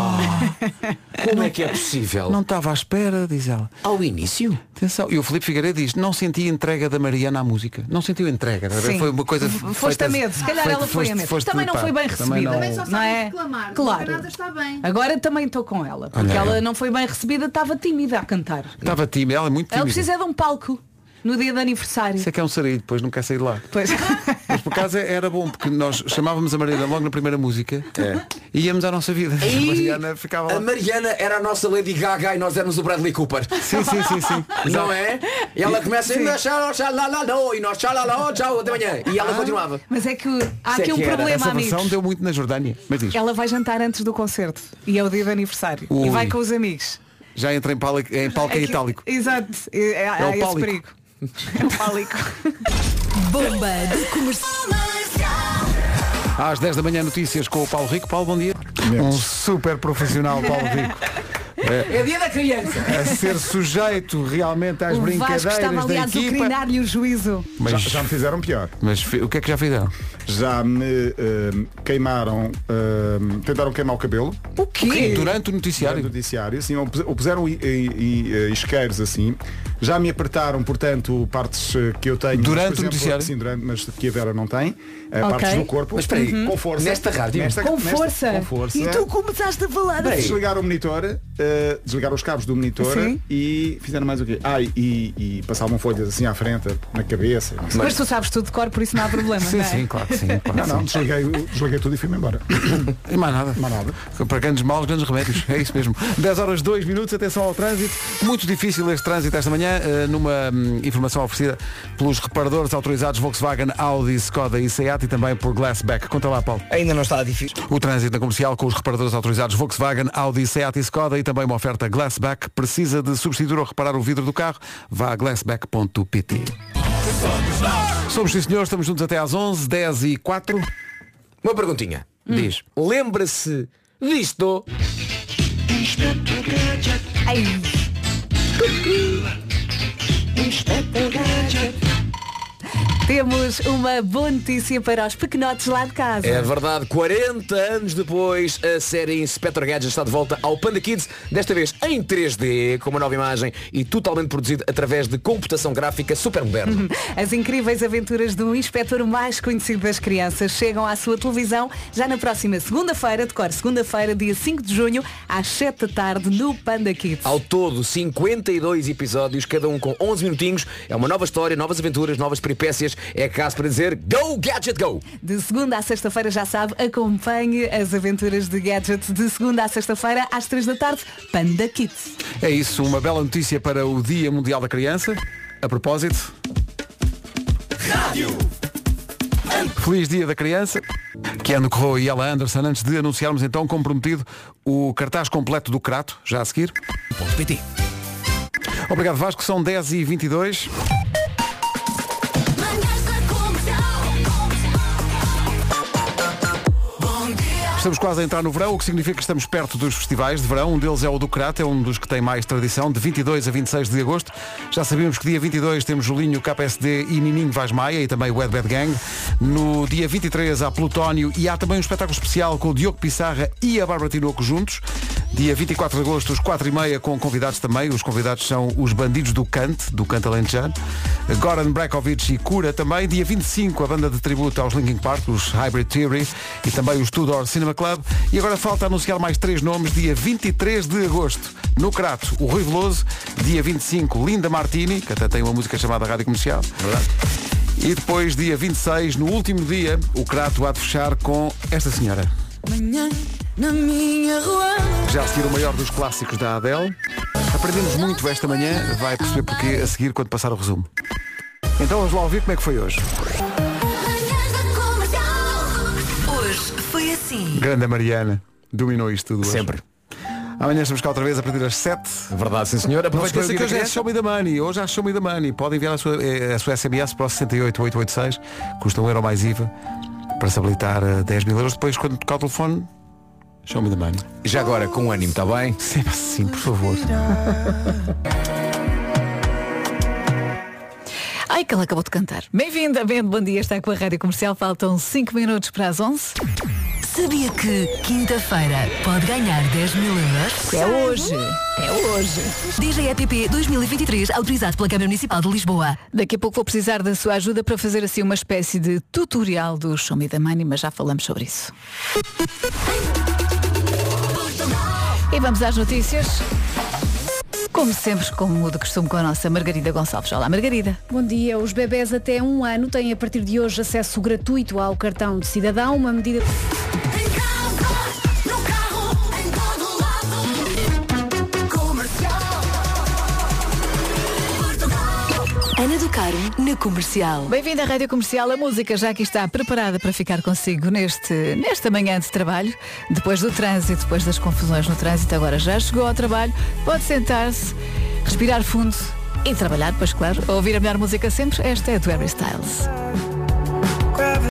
Speaker 8: "Ah, como é que é possível?
Speaker 1: Não estava à espera, diz ela.
Speaker 8: Ao início?
Speaker 1: Atenção. E o Filipe Figueiredo diz, não senti entrega da Mariana à música. Não sentiu entrega. estás a ver?
Speaker 3: Sim.
Speaker 1: Foi uma coisa.
Speaker 3: F- Foste
Speaker 1: feita-
Speaker 3: a medo, se calhar
Speaker 1: feita-
Speaker 3: ela foi a
Speaker 1: foste-
Speaker 3: medo.
Speaker 1: foste-
Speaker 3: também não
Speaker 1: pá,
Speaker 3: foi bem recebida.
Speaker 1: não-
Speaker 10: Também só
Speaker 3: não
Speaker 10: sabe
Speaker 3: é?
Speaker 10: reclamar.
Speaker 3: Claro.
Speaker 10: Nada está bem.
Speaker 3: Agora também estou com ela. Porque
Speaker 1: Olha.
Speaker 3: ela não foi bem recebida, estava tímida a cantar.
Speaker 1: Estava tímida, ela é muito
Speaker 3: Ela
Speaker 1: tímida.
Speaker 3: precisa de um palco no dia de aniversário.
Speaker 1: Isso é que é um sarilho, depois não quer sair de lá. *laughs*
Speaker 3: Pois.
Speaker 1: Mas por acaso era bom, porque nós chamávamos a Mariana logo na primeira música e íamos à nossa vida.
Speaker 8: E
Speaker 1: A Mariana ficava lá.
Speaker 8: A Mariana era a nossa Lady Gaga e nós éramos o Bradley Cooper.
Speaker 1: Sim, sim, sim, sim.
Speaker 8: Não é? E ela começa
Speaker 3: Sim.
Speaker 8: a e nós xalaló, tchau, até amanhã. E
Speaker 1: Ah.
Speaker 8: ela continuava.
Speaker 3: Mas é que há
Speaker 8: Se é
Speaker 3: aqui um
Speaker 8: que era.
Speaker 3: problema,
Speaker 1: Essa
Speaker 3: amigos.
Speaker 1: versão deu muito na Jordânia. Mas diz,
Speaker 3: Ela vai jantar antes do concerto e é o dia de aniversário.
Speaker 1: Ui.
Speaker 3: E vai com os amigos.
Speaker 1: já entra em palco, em palco em
Speaker 3: Aqui-
Speaker 1: itálico.
Speaker 3: Exato. É, é,
Speaker 1: o
Speaker 3: há esse
Speaker 1: pálico.
Speaker 3: perigo. É o pálico.
Speaker 12: Bomba de comercial.
Speaker 1: Às 10 da manhã notícias com o Paulo Rico. Paulo, bom dia. Um super profissional, Paulo Rico. É.
Speaker 19: É dia da criança.
Speaker 5: a ser sujeito realmente às
Speaker 3: o
Speaker 5: brincadeiras
Speaker 3: Vasco estava
Speaker 5: da
Speaker 3: ali a
Speaker 5: equipa.
Speaker 3: azucrinar-lhe o juízo.
Speaker 5: Já, já me fizeram pior.
Speaker 1: Mas o que é que já fizeram?
Speaker 5: Já me ehm, queimaram, ehm, tentaram queimar o cabelo.
Speaker 1: O quê? Durante o noticiário?
Speaker 5: Durante o noticiário, sim, assim, ou pus- ou puseram i- i- i- eh, isqueiros assim. Já me apertaram, portanto, partes eh, que eu tenho. mas,
Speaker 1: Durante
Speaker 5: por
Speaker 1: o noticiário?
Speaker 5: Sim, durante, mas que a Vera não tem. eh,
Speaker 1: Ok.
Speaker 5: Partes do corpo.
Speaker 1: Mas espera aí,
Speaker 5: Uhum. com força.
Speaker 1: nesta rádio?
Speaker 5: Nesta-
Speaker 3: com,
Speaker 5: nesta-
Speaker 3: força.
Speaker 5: com força.
Speaker 3: E tu começaste a falar
Speaker 5: Bem,
Speaker 3: assim.
Speaker 5: desligaram o monitor, eh, desligaram os cabos do monitor
Speaker 3: Sim.
Speaker 5: e fizeram mais o quê? Ah, e, e passavam folhas assim à frente, na cabeça. não sei.
Speaker 3: Mas tu sabes tudo de cor, por isso não há problema. não é?
Speaker 5: não, não, desliguei, desliguei tudo e fui-me embora.
Speaker 1: E mais nada. Mais
Speaker 5: nada.
Speaker 1: Para grandes males, grandes remédios. É isso
Speaker 2: *laughs*
Speaker 1: mesmo. 10 horas 2 minutos, atenção ao trânsito. Muito difícil este trânsito esta manhã, eh, numa hum, informação oferecida pelos reparadores autorizados Volkswagen, Audi, Skoda e Seat e também por Glassback. Conta lá, Paulo.
Speaker 2: Ainda não está difícil.
Speaker 1: O trânsito na comercial com os reparadores autorizados Volkswagen, Audi, Seat e Skoda e também uma oferta Glassback. Precisa de substituir ou reparar o vidro do carro? Vá a glassback.pt. Somos sim senhores, estamos juntos até às 11, 10 e 4.
Speaker 8: Uma perguntinha.
Speaker 1: Diz.
Speaker 8: Lembra-se disto?
Speaker 3: Ai. Temos uma boa notícia para os pequenotes lá de casa.
Speaker 8: É verdade, 40 anos depois, a série Inspector Gadget está de volta ao Panda Kids, desta vez em 3D, com uma nova imagem e totalmente produzido através de computação gráfica super moderna.
Speaker 3: Uhum. As incríveis aventuras do inspetor mais conhecido das crianças chegam à sua televisão já na próxima segunda-feira, decore segunda-feira, dia 5 de junho, às 7 da tarde, no Panda Kids.
Speaker 8: Ao todo, 52 episódios, cada um com 11 minutinhos. É uma nova história, novas aventuras, novas peripécias. É caso para dizer Go Gadget Go!
Speaker 3: De segunda à sexta-feira, já sabe, acompanhe as aventuras de Gadget de segunda à sexta-feira, às 3 da tarde, Panda Kids.
Speaker 1: É isso, uma bela notícia para o Dia Mundial da Criança. A propósito. Feliz Dia da Criança. Keanu Corroa e Ella Anderson, antes de anunciarmos então, como prometido, o cartaz completo do Crato, já a seguir. .pt. Obrigado Vasco, são 10 e 22 Estamos quase a entrar no verão, o que significa que estamos perto dos festivais de verão. Um deles é o do Crato, é um dos que tem mais tradição, de 22 a 26 de agosto. Já sabíamos que dia 22 temos Julinho, KPSD e Nininho Vaz Maia e também o Ed Bad Gang. No dia 23 há Plutónio e há também um espetáculo especial com o Diogo Pissarra e a Bárbara Tinoco juntos. Dia 24 de agosto, às 4 e meia, com convidados também. Os convidados são os Bandidos do Cante, do Cante Alentejano. Goran Brekovic e Cura também. Dia 25, a banda de tributo aos Linkin Park, os Hybrid Theory e também os Tudor Cinema Club. E agora falta anunciar mais três nomes. Dia 23 de agosto, no Crato, o Rui Veloso. Dia 25, Linda Martini, que até tem uma música chamada Rádio Comercial. E depois, dia 26, no último dia, o Crato há de fechar com esta senhora.
Speaker 19: Manhã, na minha rua.
Speaker 1: Já a seguir o maior dos clássicos da Adele. Aprendemos muito esta manhã, vai perceber porque a seguir quando passar o resumo. Então vamos lá ouvir como é que foi hoje.
Speaker 12: Hoje foi assim.
Speaker 1: Grande Mariana, dominou isto tudo hoje. Sempre. Amanhã estamos cá outra vez a partir das 7.
Speaker 8: Verdade, sim senhora.
Speaker 1: Aproveita
Speaker 8: Aproveita-se
Speaker 1: que hoje é
Speaker 8: que
Speaker 1: Show Me the Money. Hoje é Show Me the Money. Pode enviar a sua, eh, a sua SMS para o 68886. Custa um euro mais IVA para se habilitar a 10 mil euros. Depois, quando tocar o telefone, Show Me the Money.
Speaker 8: Já agora, com ânimo, está bem?
Speaker 1: Sempre assim, por favor.
Speaker 20: Ai, que ela acabou de cantar. Bem-vinda, bem, bom dia, está com a Rádio Comercial. Faltam 5 minutos para as 11.
Speaker 12: Sabia que quinta-feira pode ganhar 10 mil euros?
Speaker 20: É hoje. É hoje.
Speaker 12: DJ EPP 2023, autorizado pela Câmara Municipal de Lisboa.
Speaker 20: Daqui a pouco vou precisar da sua ajuda para fazer assim uma espécie de tutorial do Show Me the Money, mas já falamos sobre isso. E vamos às notícias. Como sempre, como de costume, com a nossa Margarida Gonçalves. Olá, Margarida.
Speaker 21: Bom dia. Os bebés até um ano têm a partir de hoje acesso gratuito ao cartão de cidadão, uma medida.
Speaker 20: Ana do Caro, na Comercial. Bem-vinda à Rádio Comercial. A música já aqui está preparada para ficar consigo neste, nesta manhã de trabalho. Depois do trânsito, depois das confusões no trânsito, agora já chegou ao trabalho. Pode sentar-se, respirar fundo e trabalhar, pois claro. A ouvir a melhor música sempre, esta é a do Harry Styles.